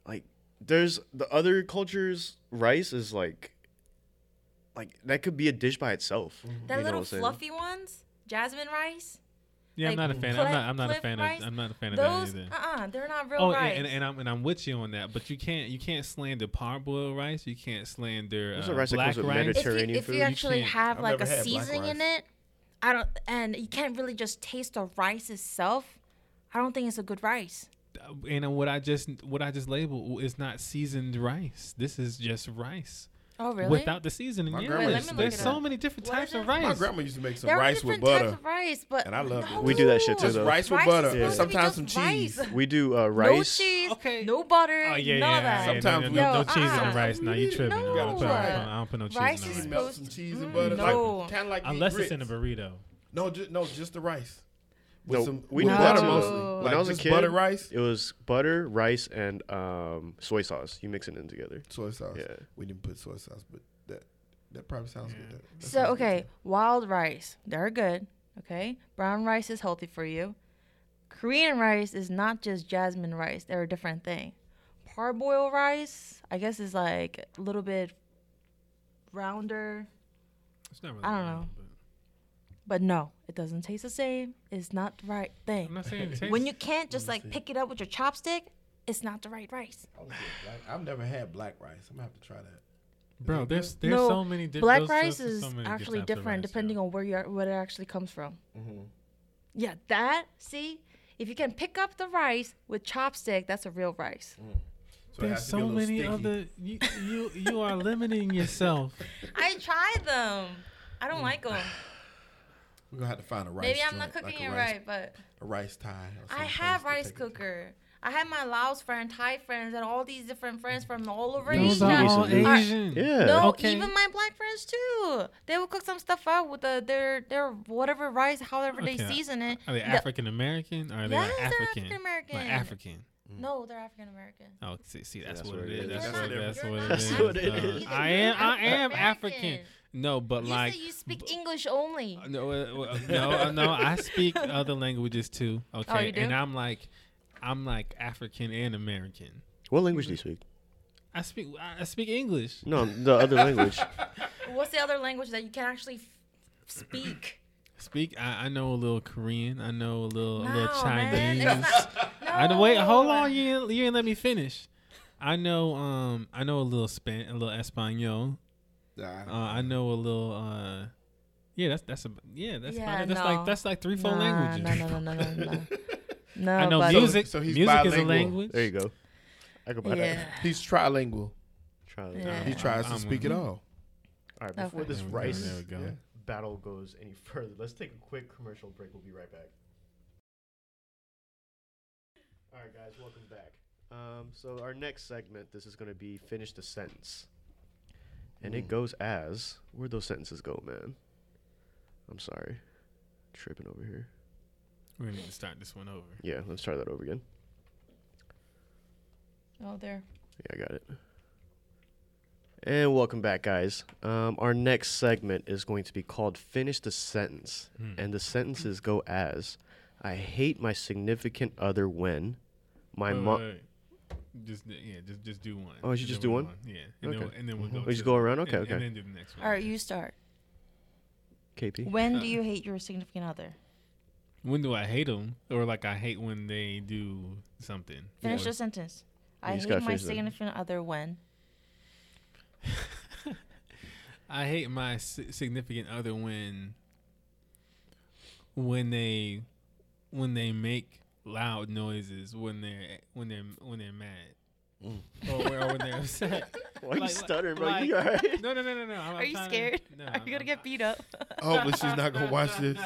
B: like there's the other cultures. Rice is like, like that could be a dish by itself.
A: Mm-hmm.
B: You know
D: That
B: what
D: little
B: I'm saying?
D: fluffy ones, jasmine rice.
C: Yeah, I'm
D: Like
C: not a fan. I'm not. I'm not a
D: Cliff
C: fan
D: rice,
C: of. I'm not a fan
D: Those,
C: of that either.
D: uh, uh-uh, they're not real
C: Oh,
D: rice.
C: and, and, and I'm and I'm with you on that, but you can't you can't slander parboiled rice. You can't slander
B: There's
C: uh,
B: a rice that
C: black
B: comes with
C: rice.
D: if you,
B: Mediterranean
D: if
B: food,
D: you
B: you
D: actually
C: can't-
D: have
A: I've
D: like
A: never
D: a
A: had black
D: seasoning in
A: rice.
D: it, I don't. And you can't really just taste the rice itself. I don't think it's a good rice.
C: And uh, what I just what I just labeled is not seasoned rice. This is just rice
D: Oh really?
C: without the seasoning.
A: My
C: yeah,
A: grandma Wait, let
C: there's-
A: me look
C: there's
A: it
C: so
D: up.
C: many different
D: What
C: types
D: is
C: of
D: it? My
A: My
C: rice.
A: grandma used to make some
D: there
A: rice
D: are
A: with
D: different
A: butter.
D: types of rice, but
A: And I loved it.
B: We do that shit too,
A: Just
B: though.
A: rice with
D: Rice is
A: butter,
D: supposed
A: or
D: to be
A: sometimes
D: just
A: some cheese.
D: rice.
B: We do uh, rice.
D: No cheese,
C: Okay.
D: no butter,
C: Oh yeah,
D: none
C: yeah.
D: of that.
C: yeah, yeah,
A: Sometimes
C: no, no,
D: we-
C: no cheese
D: Yo,
C: on
D: uh-uh.
C: rice. No, you tripping.
D: No.
C: I don't put- I don't- I don't put no
D: Rice
C: cheese on rice.
D: is
A: You
D: supposed-
A: melt some cheese and
D: Mm,
A: butter,
D: no.
A: like, kind of like meat
C: Unless it's in a
A: grits.
C: burrito.
A: No, just no, just the rice. With
B: No,
A: some
B: we
A: with
B: did
D: that
A: butter
D: too.
A: mostly.
D: When
A: like
B: I was a
A: just
B: kid-
A: butter rice,
B: It was butter, rice, and um, soy sauce. You mix it in together.
A: soy sauce.
B: Yeah.
A: We didn't put soy sauce, but that that probably sounds good. That- that
D: So
A: sounds good
D: okay,
A: too.
D: wild rice, they're good. Okay, brown rice is healthy for you. Korean rice is not just jasmine rice; they're a different thing. Parboil rice, I guess, is like a little bit rounder,
C: It's not really
D: I don't
C: brown,
D: know.
C: but-
D: but no, it doesn't taste the same. It's not the right
C: I'm
D: thing.
C: not saying it tastes.
D: When you can't just like pick it up with your chopstick, it's not the right rice.
A: I don't get black- I've never had black rice. I'm gonna have to try that.
C: bro, there's there's
D: no,
C: so many. Di-
D: Black
C: those-
D: rice
C: there's
D: is
C: so many
D: actually
C: types of
D: different
C: rice,
D: depending
C: yo.
D: on where you're, where it actually comes from.
A: Mhm.
D: Yeah, that see, if you can pick up the rice with chopstick, that's a real rice.
A: Mm. So it
C: There's
A: has to be
C: so
A: a little
C: many
A: sticky.
C: other. You, you you are limiting yourself.
D: I tried them. I don't like them.
A: We're gonna have to find a rice.
D: Maybe I'm not
A: Mm. joint,
D: cooking
A: like
D: it
A: a rice,
D: right, but
A: A rice tie. or
D: I
A: some
D: have
A: place to
D: rice
A: take it to.
D: cooker. I have my Laos friend, Thai friends, and all these different friends from all over
C: Those
D: Asia.
C: are all
B: Asian dude.
C: Asian.
B: Yeah.
D: No,
C: Okay.
D: even my black friends too. They will cook some stuff up with the, their their whatever rice, however they
C: Okay.
D: season it.
C: Are they
D: The-
C: African American? Are they
D: Yes,
C: like
D: they're
C: African?
D: African-American.
C: Like African.
D: No, they're African American.
C: Oh, see, see that's,
B: that's
C: what
B: what
C: it
B: it
C: is.
B: is.
C: That's,
A: You're
C: what,
A: not-
C: that's
D: you're
C: what it
D: not
C: is.
B: That's what it
C: Uh,
B: is.
C: I am. I am African.
D: African-American.
C: No, but
D: You
C: like.
D: say you speak English only.
C: uh, No, uh, uh, no, uh, no. I speak other languages too. Okay,
D: Oh, you do?
C: and I'm like, I'm like African and American.
B: What language do you speak?
C: I speak, I I speak English.
B: No, the other language.
D: What's the other language that you can actually f- speak?
C: Speak. I, I know a little Korean. I know a little, a little
D: No, man,
C: Chinese.
D: it's
C: I know, wait, hold
D: Oh, No.
C: on. You ain't, you ain't let me finish. I know. Um, I know a little span, a little Espanol. Uh,
A: Nah,
C: I know a little. Uh, yeah, that's that's a yeah. That's
D: Yeah,
C: probably- that's
D: no.
C: like that's like three four languages.
D: No, no, no, no, no, no. no
C: I know
D: buddy.
C: music.
A: So he's
C: music is a
A: bilingual.
C: language.
B: There you go. I could buy
D: Yeah.
B: that.
A: He's trilingual.
B: Try that.
D: Yeah.
A: He tries to
C: I'm
A: speak it
C: with
A: all.
B: All right, before
D: Okay.
B: this
C: There we go,
B: rice
C: There we go.
A: Yeah.
B: battle goes any further, let's take a quick commercial break. We'll be right back. All right, guys, welcome back. Um, so our next segment, this is going to be finish the sentence, and
C: Hmm.
B: it goes as where those sentences go, man. I'm sorry, tripping over here.
C: We're gonna need to start this one over.
B: Yeah, let's try that over again.
D: Oh, there.
B: Yeah, I got it. And welcome back, guys. Um, our next segment is going to be called Finish the Sentence.
C: Hmm.
B: And the sentences go as I hate my significant other when my
C: Wait, wait,
B: mom.
C: wait. Just yeah, just just do one.
B: Oh, I should
C: And
B: just
C: then
B: do
C: we'll
B: one?
C: Yeah, and then
B: Okay.
C: we'll- and then we'll go.
B: We just
C: to-
B: go around? Okay,
C: and-
B: okay.
C: And then do the next one.
D: All right, you start.
B: KP.
D: When do you
C: Uh.
D: hate your significant other?
C: When do I hate them, or like I hate when they do something?
D: Finish
C: Or-
D: your sentence. I
B: You just
D: hate
B: gotta
D: my
B: finish the-
D: significant other when.
C: I hate my si- significant other when when they when they make loud noises when they're when they're when they're mad
D: Mm.
C: or, when- or when they're upset.
B: Why are you
C: Like-
B: stuttering, bro?
C: like-
B: you all right?
C: No, no, no, no, no. I'm,
D: Are you scared? Are you gonna get beat up?
A: Hopefully she's not gonna watch this.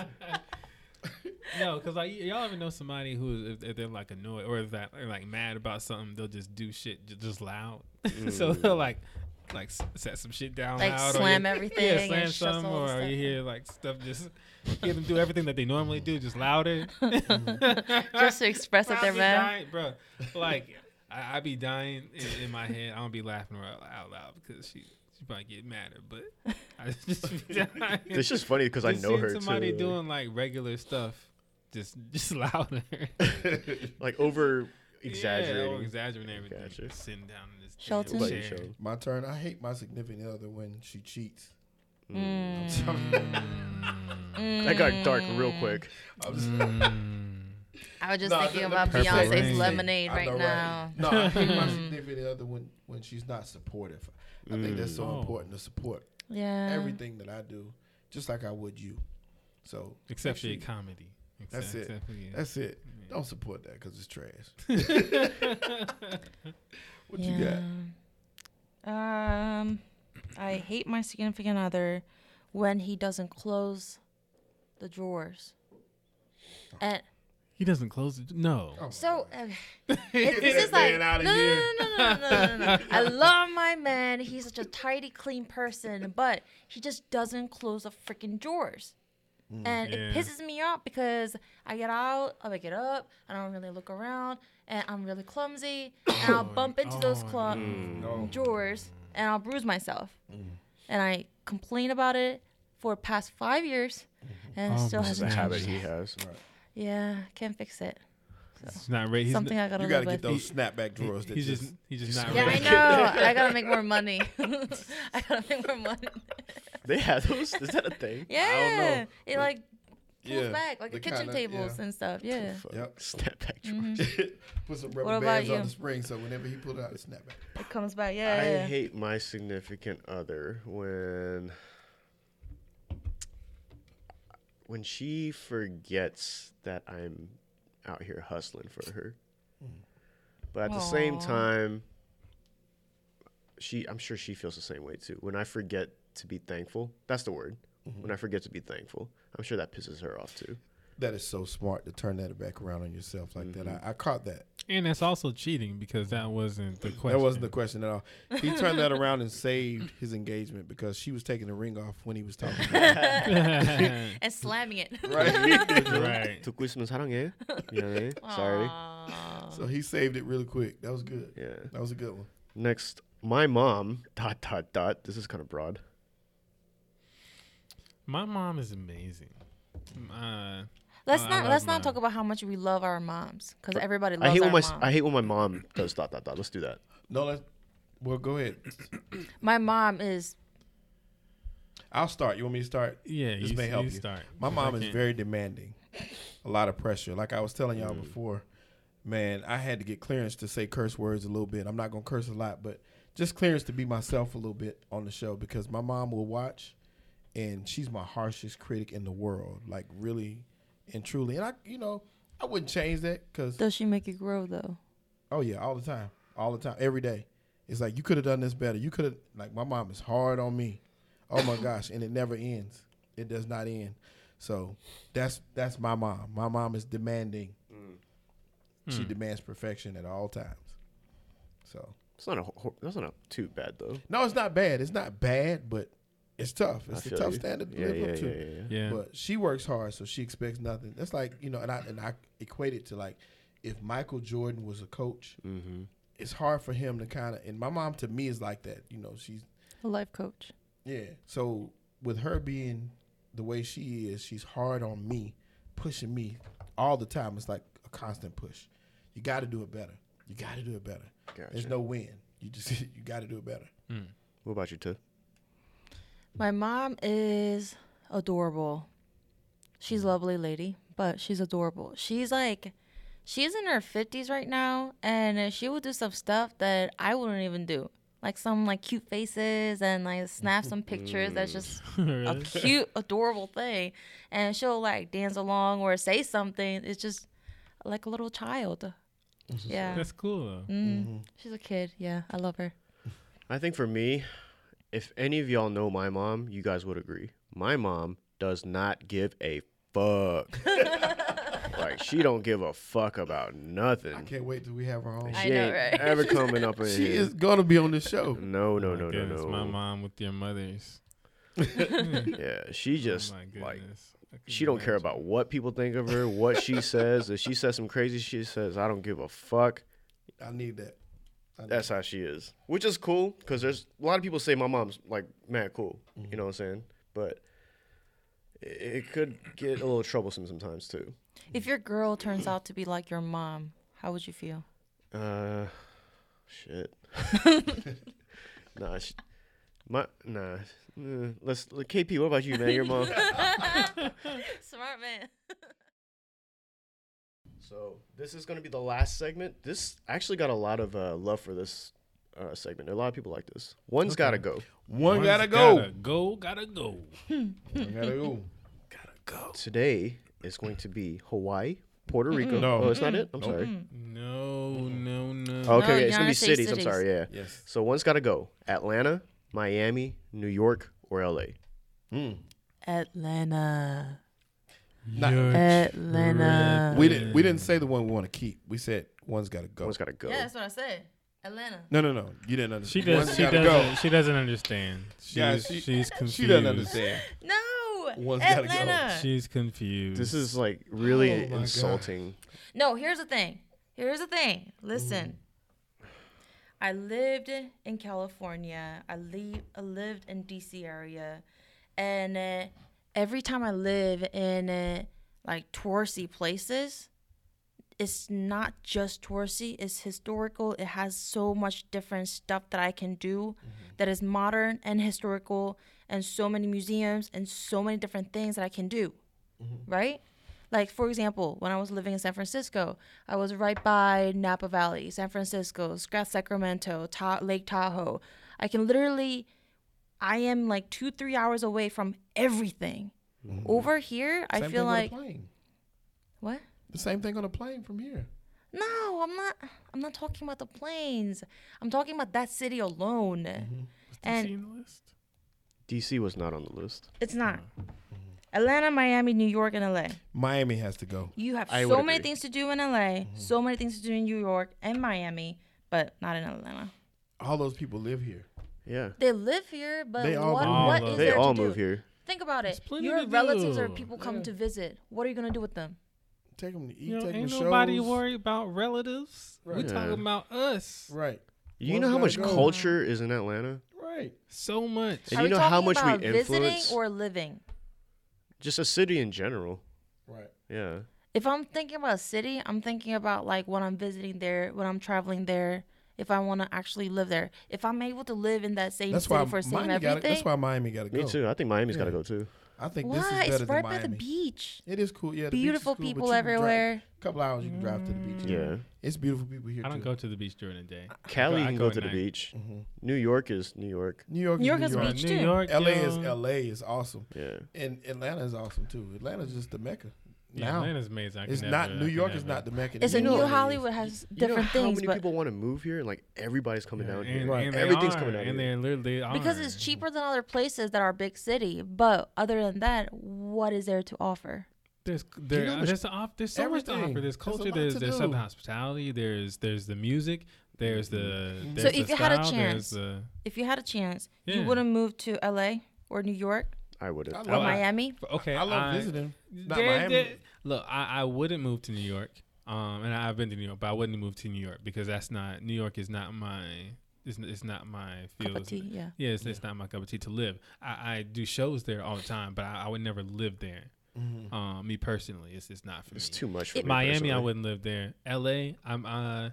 C: No, because like y- y'all ever know somebody who if, if they're like annoyed or if that they're like mad about something, they'll just do shit ju- just loud. so they're like, like s- set some shit down
D: Like,
C: loud,
D: slam
C: or you-
D: everything
C: yeah,
D: and
C: slam
D: shuts all
C: some,
D: the
C: or
D: stuff
C: you hear like stuff just hear them do everything that they normally do, just louder.
D: just to express that
C: I'll
D: they're
C: be
D: mad.
C: dying, bro. Like I, I be dying in, in my head. I don't be laughing right out loud because she she probably get madder, but I just be dying.
B: It's just funny because I
C: Just
B: know
C: seeing
B: her
C: Somebody
B: too.
C: doing like regular stuff, just just louder.
B: like over
C: Yeah, or
B: exaggerating.
C: exaggerating everything.
B: Gotcha.
C: Sitting down in this in
D: Shelton.
C: this
B: But you
C: chair.
B: show.
A: My turn. I hate my significant other when she cheats.
D: Mm.
B: That got dark real quick.
A: I'm just-
C: Mm.
D: I was just
A: Nah,
D: thinking
A: let-
D: about
A: let me
C: Perfect
D: Beyonce's
C: range.
D: Lemonade
A: I
D: right
A: know,
D: now.
A: No, I hate my significant other when when she's not supportive. I think that's so
C: Mm. Oh.
A: important to support
D: Yeah.
A: everything that I do, just like I would you. So
C: Except for your comedy.
A: That's
C: Except-
A: it.
C: except for your-
A: that's it.
C: Yeah.
A: Don't support that because it's trash. what you got?
D: got? Um, I hate my significant other when he doesn't close the drawers. And
C: He doesn't close it. No.
A: Oh my
D: so
A: God.
D: uh, it's, this is like no,
A: outta
D: no, no, no, no, no, no, no, no. I love my man. He's such a tidy, clean person, but he just doesn't close the freaking drawers.
A: Mm,
D: And
C: Yeah.
D: it pisses me off because I get out, I wake it up, I don't really look around, and I'm really clumsy, and I'll bump into those
C: oh,
D: clo-
A: no. Mm.
D: drawers and I'll bruise myself. And I complain about it for past five years and it
C: Oh,
D: still
C: this
B: It's
C: is
B: a
D: hasn't
B: habit
D: changed.
B: he has.
D: Yeah, can't fix it.
C: It's not right. He's
D: Something
C: n-
D: I got to
A: You got
D: live
A: to get
D: with.
A: those snapback drawers. that
C: he's
A: just,
C: just he's just not
D: Yeah, I
C: ready.
D: know. I got to make more money. I got to make more money.
B: They have those. Is that a thing?
D: Yeah. It like pulls
A: Yeah,
D: back, like the,
A: the
D: kitchen
A: kinda-
D: tables
A: yeah.
D: and stuff. Yeah.
B: Fuck.
A: Yep.
B: Snap back.
A: put some
D: What
A: rubber
D: about
A: bands
D: you?
A: on the spring so whenever he pulled it out, it's snapback.
D: It comes back. Yeah.
B: I
D: yeah.
B: hate my significant other when when she forgets that I'm out here hustling for her. But at the same
D: Aw.
B: time, she I'm sure she feels the same way too. When I forget to be thankful, that's the word. When I forget to be thankful, I'm sure that pisses her off too.
A: That is so smart to turn that back around on yourself like that.
C: Mm-hmm.
A: I, I caught that.
C: And that's also cheating because that wasn't the question.
A: That wasn't the question at all. He turned that around and saved his engagement because she was taking the ring off when he was talking. To her.
C: question.
D: And slamming it.
C: right.
B: To Christmas, I don't care. You know what I mean? Sorry.
D: Aw.
A: So he saved it really quick. That was good.
B: Yeah.
A: That was a good one.
B: Next, my mom. Dot dot dot. This is kind of broad.
C: My mom is amazing. Uh,
D: Let's
C: Oh, I
D: not
C: love
D: let's not
C: mine.
D: talk about how much we love our moms because everybody loves
B: I hate
D: our
B: when my s-
D: mom.
B: I hate when my mom does dot dot dot. Let's do that.
A: No, let's. Well, go ahead.
D: my mom is
A: I'll start. You want me to start?
C: yeah,
A: This
C: you,
A: may
C: s-
A: help
C: you
A: you.
C: start.
A: My
C: 'cause
A: mom
C: I
A: is
C: can't-
A: very demanding. A lot of pressure. Like I was telling
C: Mm.
A: y'all before, man, I had to get clearance to say curse words a little bit. I'm not gonna curse a lot, but just clearance to be myself a little bit on the show because my mom will watch, and she's my harshest critic in the world. Like really and truly, and I, you know, I wouldn't change that because
D: Does she make you grow though?
A: Oh yeah, all the time, all the time, every day. It's like you could have done this better. You could have like my mom is hard on me. Oh my gosh, and it never ends. It does not end. So that's that's my mom. My mom is demanding.
B: Mm.
A: She
B: Hmm.
A: demands perfection at all times. So
B: It's not a ho- ho- that's not a too bad though.
A: no, it's not bad. It's not bad, but it's tough.
B: I
A: It's a
B: feel
A: tough
B: you.
A: standard to
B: Yeah,
A: live
B: yeah,
A: up to.
B: yeah, yeah, yeah.
C: Yeah.
A: But she works hard, so she expects nothing. That's like you know, and I and I equate it to like if Michael Jordan was a coach,
B: Mm-hmm.
A: it's hard for him to kind of. And my mom to me is like that. You know, she's
D: A life coach.
A: yeah. So with her being the way she is, she's hard on me, pushing me all the time. It's like a constant push. You got to do it better. You got to do it better. There's
B: Gotcha.
A: no win. You just you got to do it better.
B: What about you, Tiff?
D: My mom is adorable. She's a lovely lady, but she's adorable. She's like she's in her 50s right now and uh, she will do some stuff that I wouldn't even do. Like some like cute faces and like snap some pictures that's just a
C: Really?
D: cute adorable thing and she'll like dance along or say something. It's just like a little child. Yeah.
C: That's cool though.
D: Mm. She's a kid. Yeah, I love her.
B: I think for me, if any of y'all know my mom, you guys would agree. My mom does not give a fuck. Like she don't give a fuck about nothing.
A: I can't wait till we have our own.
B: She
D: I know,
B: ain't
D: right?
B: ever coming up in
A: She
B: here.
A: is gonna be on this show.
B: No, no,
C: My
B: no, no,
C: goodness,
B: no.
C: My mom with your mothers.
B: Yeah, she just
C: Oh my goodness.
B: like
C: I couldn't
B: she don't care
C: imagine.
B: about what people think of her, what she says. If she says some crazy shit, she says I don't give a fuck.
A: I need that. I need
B: That's how she is, which is cool because there's a lot of people say my mom's like mad cool. You know what I'm saying? But it, it could get a little troublesome sometimes too.
D: If your girl turns out to be like your mom, how would you feel?
B: Uh, shit. nah, sh- my nah. eh, Let's KP. What about you, man? Your mom.
D: Smart man.
B: So this is going to be the last segment. This actually got a lot of uh, love for this uh, segment. A lot of people like this. One's got to go.
A: Mm-hmm. One
C: One's
A: gotta go.
C: Gotta go. Gotta go.
A: One gotta go.
B: Today is going to be Hawaii, Puerto Rico.
A: No.
B: Oh, it's not it. I'm sorry.
C: No, no, no.
A: Oh.
B: Okay,
D: No,
B: okay,
D: you
B: it's going to
D: wanna
B: be
D: say
B: cities. I'm
D: cities.
B: sorry. Yeah.
A: Yes.
B: So one's got to go. Atlanta, Miami, New York, or LA.
D: Atlanta.
A: Not-
D: Uh, Atlanta.
A: we didn't. We didn't say the one we want to keep. We said one's gotta go.
B: One's got to go.
D: Yeah, that's what I said. Atlanta.
A: no, no, no. You didn't
C: She
A: understand.
C: does.
A: One's
C: She
A: gotta
C: doesn't.
A: go.
C: She doesn't understand. She's,
A: Yeah, she-
C: she's confused.
A: She doesn't understand.
D: No.
A: One's gotta go.
D: Atlanta.
C: She's confused.
B: This is like really
A: Oh my
B: insulting.
D: No, here's the thing. Here's the thing. Listen.
A: Mm.
D: I lived in California. I le- I lived in DC area. And uh, every time I live in uh, like touristy places, it's not just touristy, it's historical. It has so much different stuff that I can do that is modern and historical and so many museums and so many different things that I can do. Right? Like for example, when I was living in San Francisco, I was right by Napa Valley, San Francisco, Scott Sacramento, Ta- Lake Tahoe. I can literally, I am like two, three hours away from everything. Over here, I
A: Same
D: feel
A: thing
D: like
A: on a plane.
D: what?
A: the same thing on a plane from here.
D: No, I'm not. I'm not talking about the planes. I'm talking about that city alone, and
B: DC was not on the list.
D: it's not. Atlanta, Miami, New York, and LA.
A: Miami has to go.
D: You have
B: I
D: so
B: would
D: many
B: agree.
D: things to do in LA, so many things to do in New York and Miami, but not in Atlanta.
A: All those people live here.
B: Yeah.
D: They live here, but
A: They all
D: what,
C: move
D: what
C: here.
D: is
C: What
B: They
D: there
B: all
D: to
B: move
D: do?
B: here.
D: Think about it.
C: plenty
D: Your
C: to do.
D: relatives or people come
C: Yeah.
D: to visit. What are you gonna do with them?
A: Take them to eat.
C: You know,
A: take them
C: ain't
A: to
C: nobody
A: shows.
C: worried about relatives. We're
A: Right.
C: talking about us.
A: Right.
B: You
A: One's
B: know how
A: gotta
B: much
A: go.
B: culture is in Atlanta?
A: Right.
C: So much.
B: And
D: are
B: you
D: we
B: know
D: talking
B: how much
D: about
B: we
D: visiting
B: influence
D: or living?
B: just a city in general.
A: Right.
B: Yeah.
D: If I'm thinking about a city, I'm thinking about like when I'm visiting there, when I'm traveling there, if I want to actually live there, if I'm able to live in that same
A: That's
D: city
A: why
D: for same
A: Miami
D: everything.
A: got. That's why Miami got to go.
B: Me too. I think Miami's got to
A: Oh. Yeah.
B: go too.
A: I think this is
D: Why?
A: better
D: It's
A: than
D: right by
A: Miami.
D: the beach.
A: It is cool. Yeah. the beach is
D: Beautiful
A: cool, but you
D: people
A: can drive-
D: everywhere.
A: couple hours you can drive to the beach.
B: Yeah.
A: It's beautiful people here
C: I don't
A: too.
C: go to the beach during the day.
B: Cali,
C: I
B: you can go
C: at
B: to the
C: night.
B: beach. New York is New York.
A: New York.
D: New York has
A: New York.
D: beach
C: New
D: too.
C: York,
A: LA is
C: yo.
A: LA is awesome.
B: Yeah.
A: And Atlanta is awesome too. Atlanta's just the mecca.
C: Yeah,
A: Now
C: Atlanta's amazing. I
A: it's
C: could
A: not
C: never-
A: New
C: I could
A: York is
C: never.
A: not the mecca.
D: It's
A: New
D: a new
A: York is.
D: Hollywood has different
B: you know how
D: things,
B: many
D: but
B: people want to move here? Like everybody's coming down here.
C: And,
A: Right.
C: and
B: Everything's
C: they are,
B: coming down
C: and
B: here.
C: they literally are.
D: because it's cheaper than other places that are big city. But other than that, what is there to offer?
C: There's there,
A: know
C: there's, the op, there's so much to offer.
A: everything.
C: There's
A: There's a
C: culture.
A: lot
C: There's
A: to
C: there's
A: do.
C: southern hospitality. There's there's the music. There's the
A: Mm-hmm.
C: there's
D: So
C: the
D: if you had a
C: style, there's
D: chance-
C: the-
D: If you had a chance, you
C: Yeah.
D: wouldn't move to LA or New York
B: I would
A: I
B: have.
A: love
D: or
C: Oh, I-
D: Miami.
C: okay,
A: I love visiting. Not
C: There-
A: Miami.
C: there- look, I, I wouldn't move to New York. Um, and I've been to New York, but I wouldn't move to New York because that's not New York is not my it's, it's not my
D: Cup
C: field.
D: of tea, yeah.
C: Yeah, it's, it's not my cup of tea to live. I, I do shows there all the time, but I, I would never live there.
A: Mm-hmm.
C: Um, me personally, it's it's not for
B: It's
C: me.
B: too much for me.
C: Miami, I
B: personally.
C: wouldn't live there. L.A., I'm uh,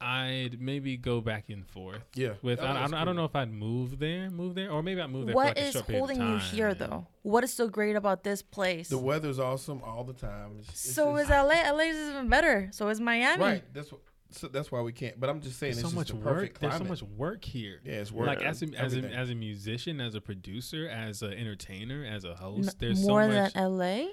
C: I'd maybe go back and forth.
A: Yeah,
C: With I,
A: LA
C: I,
A: is
C: don't- I don't
A: cool.
C: know if I'd move there, move there, or maybe I'd move there. for
D: What
C: like a
D: is
C: short period of
D: holding you here
C: time.
D: though? What is so great about this place?
A: The weather's awesome all the time. It's- it's
D: so
A: just-
D: is LA. LA is even better. So is Miami.
A: right. That's what. So that's why we can't. But I'm just saying,
C: There's
A: it's
C: so much
A: just the
C: work.
A: perfect
C: There's
A: climate.
C: so much work here.
A: Yeah, it's work.
C: Like
A: Yeah,
C: as a, as a
A: everything.
C: as a musician, as a producer, as an entertainer, as a
D: N-
C: host, there's
D: more
C: so much.
D: than LA.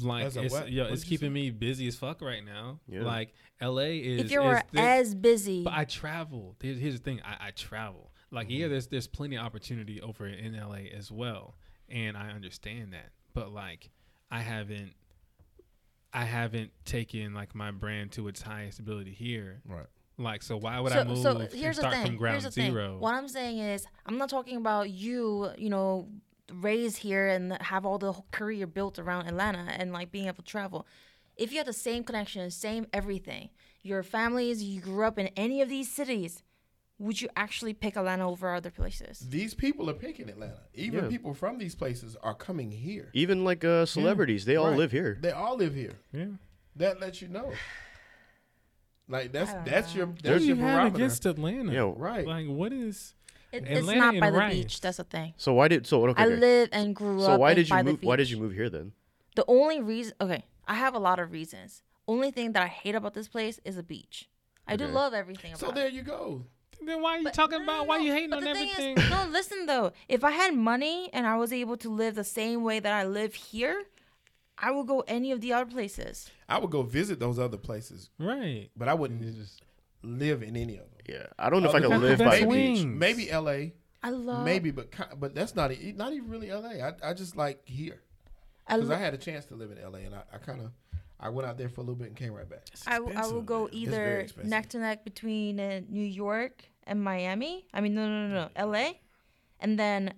C: like
A: As a
C: it's,
A: what?
C: yo,
A: What'd
C: it's
A: you
C: keeping
A: say?
C: me busy as fuck right now.
B: Yeah.
C: Like LA is.
D: if you
C: is
D: were
C: the-
D: as busy,
C: but I travel. Here's, here's the thing. I, I travel. Like
D: Mm-hmm.
C: yeah, there's there's plenty of opportunity over in LA as well, and I understand that. But like, I haven't. I haven't taken like my brand to its highest ability here.
A: Right.
C: Like, so why would
D: so,
C: I move
D: so
C: and
D: here's the
C: start
D: thing.
C: from ground
D: here's the
C: zero?
D: Thing. What I'm saying is, I'm not talking about you. You know, raised here and have all the whole career built around Atlanta and like being able to travel. If you had the same connection, same everything, your families, you grew up in any of these cities, would you actually pick Atlanta over other places?
A: These people are picking Atlanta. Even
B: Yeah.
A: people from these places are coming here.
B: Even like uh, celebrities, they all
A: Right.
B: live here.
A: They all live here.
C: yeah.
A: That lets you know. Like that's
D: I don't
A: that's your
C: What
A: that's
C: do
A: your
C: you have
A: barometer.
C: against Atlanta?
B: You know,
A: right.
C: Like, what is?
D: It, it's
C: Atlanta
D: not by
C: and
D: the
C: Rice.
D: beach. That's the thing.
B: So why did so okay?
D: I
B: okay.
D: live and grew up.
B: so why
D: and
B: did you
D: by
B: move?
D: The
B: Why
D: beach.
B: did you move here then?
D: The only reason, okay, I have a lot of reasons. Only thing that I hate about this place is the beach. I do
B: Okay.
D: love everything about
A: So
D: it.
A: there you go.
C: Then why are you
D: But-
C: talking
D: no, no,
C: about?
D: no,
C: Why you
D: no.
C: hating
D: But
C: on
D: the thing is-
C: everything?
D: no, listen though. If I had money and I was able to live the same way that I live here, I would go any of the other places.
A: I would go visit those other places,
C: right.
A: but I wouldn't live in any of them.
B: Yeah, I don't know if I
A: Other
B: could
A: than-
B: live
C: Oh, the
B: by
C: best
B: the beach.
C: wing.
A: Maybe L.A.
D: I love
A: Maybe, but ki- but that's not e- not even really L.A. I, I just like here
D: I,
A: because I
D: lo-
A: had a chance to live in L.A. and I, I kind of I went out there for a little bit and came right back.
D: I, w- I will go either
A: expensive.
D: neck to neck between uh, New York and Miami. I mean, no, no, no, no, LA, and then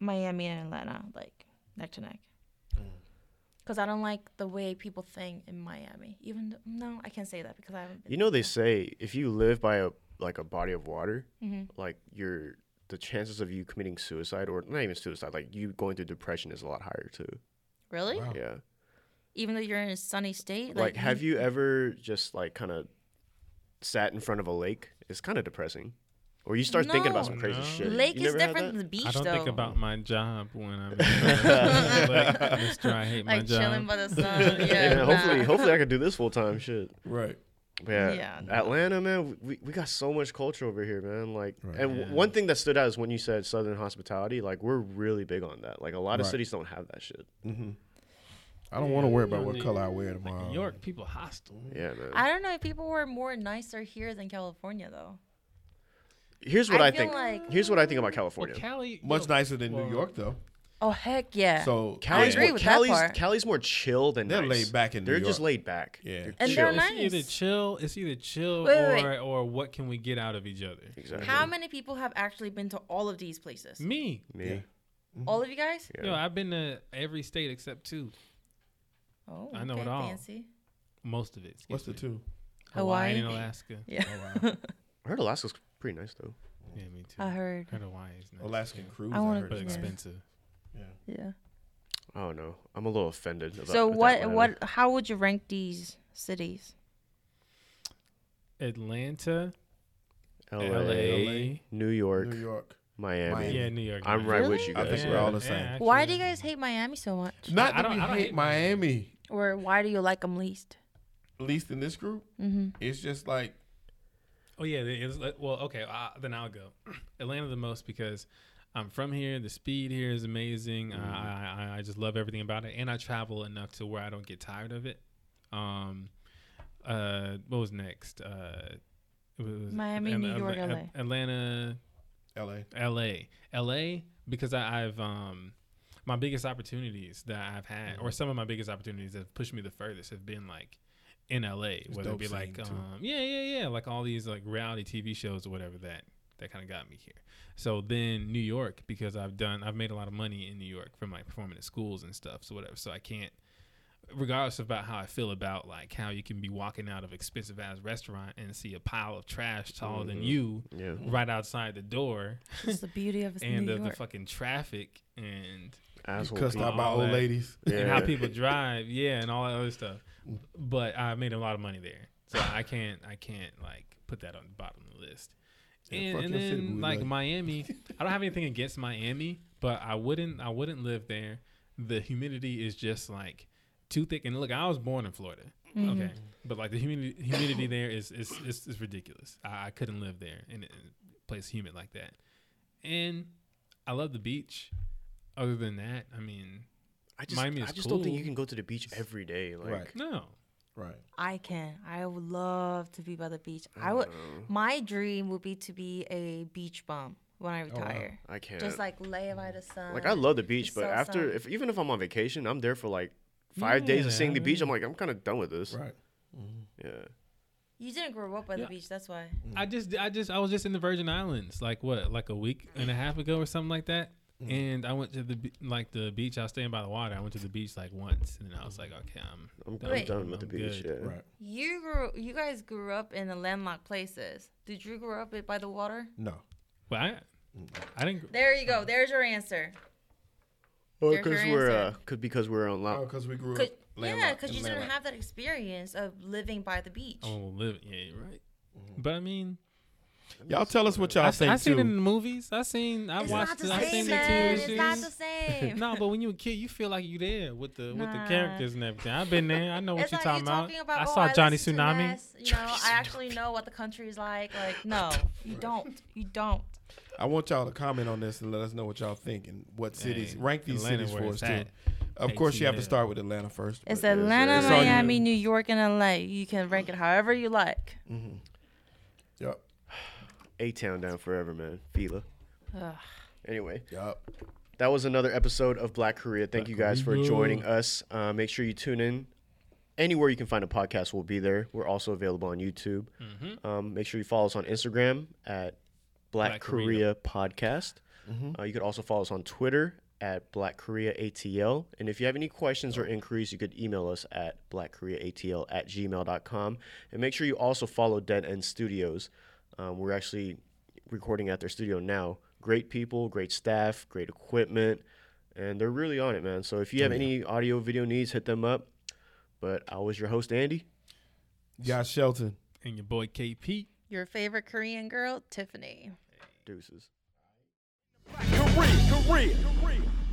D: Miami and Atlanta, like neck to neck. Because I don't like the way people think in Miami. Even though, no, I can't say that because I haven't. Been
B: You know they say if you live by a like a body of water,
D: Mm-hmm.
B: like your the chances of you committing suicide or not even suicide, like you going through depression is a lot higher too.
D: really,
A: Wow.
B: Yeah.
D: even though you're in a sunny state,
B: Like have you ever just like kind of sat in front of a lake? It's kind of depressing. Or you start thinking about some
C: No.
B: crazy shit.
D: Lake
B: You
D: is
B: never had
D: different than
B: that?
D: the beach,
C: I don't
D: though.
C: think about my job when I'm in like, Mr. I hate my
D: like
C: job.
D: chilling by the sun. Yeah,
B: Yeah,
D: nah.
B: hopefully, hopefully I could do this full time. Shit,
A: Right.
B: But yeah,
D: Yeah.
B: Atlanta, man, we, we got so much culture over here, man. Like,
A: Right.
B: and w- one thing that stood out is when you said Southern hospitality. Like, we're really big on that. Like, a lot of
A: Right.
B: cities don't have that shit.
A: I don't want to worry about what color I wear tomorrow.
C: New York people hostile.
B: Yeah, man.
D: I don't know if people were more nicer here than California, though.
B: Here's what
D: I
B: I,
D: feel
B: think.
D: like-
B: Here's what I think about
C: Well,
B: California.
C: Cali
A: Much
C: yo,
A: nicer than
C: well,
A: New York though.
D: Oh heck yeah!
A: So
B: Cali's
D: I
A: yeah.
D: agree
B: more,
D: with that
B: Cali's,
D: part.
B: Cali's more chill than
A: They're
B: nice.
A: laid back in New
B: They're just
A: York.
B: laid back.
A: Yeah.
B: They're
D: And
B: chill.
D: they're
C: It's
D: nice.
C: either chill. It's either chill
D: Wait,
C: or
D: wait, wait.
C: or what can we get out of each other?
B: Exactly.
D: How many people have actually been to all of these places?
C: Me,
B: Me.
A: Yeah.
D: All of you guys?
B: Yeah.
C: yo, I've been to every state except two,
D: Oh,
C: I know
D: okay,
C: it all.
D: Fancy.
C: most of it. excuse
A: What's the
C: me.
A: two?
C: Hawaii, and
D: Hawaii.
C: Alaska.
D: Yeah,
B: I heard Alaska's pretty nice though.
C: Yeah, me too.
D: I heard.
C: Heard Hawaii is nice,
A: Alaskan
C: yeah,
A: cruise.
D: I wanna
A: heard
C: but
A: is
D: Yeah.
A: nice.
C: expensive.
D: Yeah.
B: I don't know. I'm a little offended. About,
D: So
B: with
D: what?
B: Atlanta.
D: What? How would you rank these cities?
C: Atlanta,
B: LA,
C: LA,
B: New York,
A: New York.
B: Miami.
A: Miami.
C: yeah, New York.
B: I'm
C: man.
B: right with
D: Really?
B: you
A: I
B: guys.
A: think
B: yeah.
A: we're all the same.
C: actually.
D: Why do you guys hate Miami so much?
A: Not
C: I
A: that
C: don't-
A: we
C: I don't
A: hate
C: hate
A: Miami,
D: Or why do you like them least?
A: at least in this group.
D: Mm-hmm.
A: It's just like
C: Oh yeah, it is, like- well okay, uh, then I'll go. Atlanta the most because I'm from here. The speed here is amazing.
D: Mm-hmm.
C: I I, I I just love everything about it, and I travel enough to where I don't get tired of it. Um, uh, what was next? Uh, it was
D: Miami,
C: Atla-
D: New York,
C: Atla-
D: LA.
C: Atlanta,
A: L.A.
C: LA. LA because I, I've um my biggest opportunities that I've had
A: Mm-hmm.
C: or some of my biggest opportunities that have pushed me the furthest have been like in LA, whether it
A: dope
C: be like
A: scene, too.
C: um yeah, yeah, yeah, like all these like reality TV shows or whatever that that kind of got me here. So then New York because I've done I've made a lot of money in New York from like performing at schools and stuff, so whatever. So I can't regardless about how I feel about like how you can be walking out of expensive ass restaurant and see a pile of trash taller than
A: Mm-hmm.
C: you
B: Yeah.
C: right outside the door
D: It's the beauty of
C: and
D: New
C: of the
D: York.
C: fucking traffic and
B: Asshole
A: cussed
B: people.
A: out by
C: All
A: old
C: that.
A: ladies.
C: and how
B: Yeah.
C: people drive, yeah, and all that other stuff. But I made a lot of money there, so I can't, I can't like put that on the bottom of the list.
A: Yeah,
C: And,
A: fuck
C: and
A: your city,
C: then
A: we
C: like
A: like-
C: Miami, I don't have anything against Miami, but I wouldn't, I wouldn't live there. The humidity is just like too thick. And look, I was born in Florida, okay, but like the humidity, humidity there is is is, is ridiculous. I, I couldn't live there in a place humid like that. And I love the beach. Other than that, I mean,
B: I just,
C: Miami
B: I
C: is
B: just don't think you
C: cool.
B: can go to the beach every day. Like,
A: Right.
C: no.
A: Right.
D: I can. I would love to be by the beach. I would. My dream would be to be a beach bum when I
A: wow.
D: retire.
B: I can't.
D: Just like lay by the sun.
B: Like I love the beach,
D: It's
B: but
D: so
B: after
D: sad.
B: if even if I'm on vacation, I'm there for like five days
C: Yeah,
B: of seeing the
C: I
B: beach. I'm like, I'm kind of done with this.
A: Right.
B: Yeah.
D: You didn't grow up by
C: Yeah.
D: the beach, that's why.
C: I just, I just, I was just in the Virgin Islands, like what, like a week and a half ago or something like that.
A: Mm.
C: And I went to the be- like the beach. I was staying by the water. I went to the beach like once, and then I was like, okay, I'm.
B: I'm,
C: done.
D: Wait.
B: I'm done with the
C: I'm
B: beach.
C: good.
B: Yeah.
A: Right.
D: You grew, you guys grew up in the landlocked places. Did you grow up by the water?
A: No.
C: Well, I, I didn't.
D: There you
C: Uh-huh.
D: go. There's your answer.
B: Or
D: There's your
B: because we're uh,
D: answer.
B: could because we're on
A: Oh,
B: lock.
A: because we grew
D: Cause,
A: up.
D: yeah,
A: landlocked
D: because
A: and
D: you didn't
A: landlocked.
D: have that experience of living by the beach.
C: I will live. Yeah, you're right.
A: Mm.
C: But I mean,
A: Y'all tell us what y'all
C: I,
A: think
C: I seen
A: too.
C: it in the movies. I seen. I
D: it's not
C: watched.
D: the
C: it. I
D: same,
C: seen
D: man.
C: the
D: It's
C: two
D: not the same.
C: no, but when you a kid, you feel like you there with the with the
D: Nah.
C: characters and everything. I've been there. I know what
D: It's
C: you're
D: like
C: talking,
D: you
C: about.
D: talking about.
C: I
D: oh,
C: saw Johnny
D: listen to
C: Tsunami.
D: Nas, You know, I actually know what the country's like. Like, no, you don't. You don't.
A: I want y'all to comment on this and let us know what y'all think and what cities.
C: Hey,
A: rank these
C: Atlanta,
A: cities
C: where
A: for us
C: it's
A: too.
C: at.
A: Of
C: Hey,
A: course, you have to
C: Atlanta.
A: start with Atlanta first.
D: It's
A: but-
D: Atlanta,
A: it's all you.
D: Miami, New York, and LA. You can rank it however you like.
A: Yup.
B: A town down forever, man. Fila.
D: Ugh.
B: Anyway,
A: Yup.
B: that was another episode of Black Korea. Thank you guys for
C: Korea.
B: joining us. Uh, make sure you tune in. Anywhere you can find a podcast, we'll be there. We're also available on YouTube. Um, make sure you follow us on Instagram at Black,
C: Black
B: Korea,
C: Korea.
B: Podcast. Uh, you could also follow us on Twitter at Black Korea ATL. And if you have any questions or inquiries, you could email us at Black Korea ATL at gmail.com. And make sure you also follow Dead End Studios. Um, we're actually recording at their studio now. Great people, great staff, great equipment, and they're really on it, man. So if you have any audio, video needs, hit them up. But I was your host, Andy.
A: Josh Shelton.
C: And your boy KP.
D: Your favorite Korean girl, Tiffany.
B: Deuces.
F: Korea, Korea, Korea.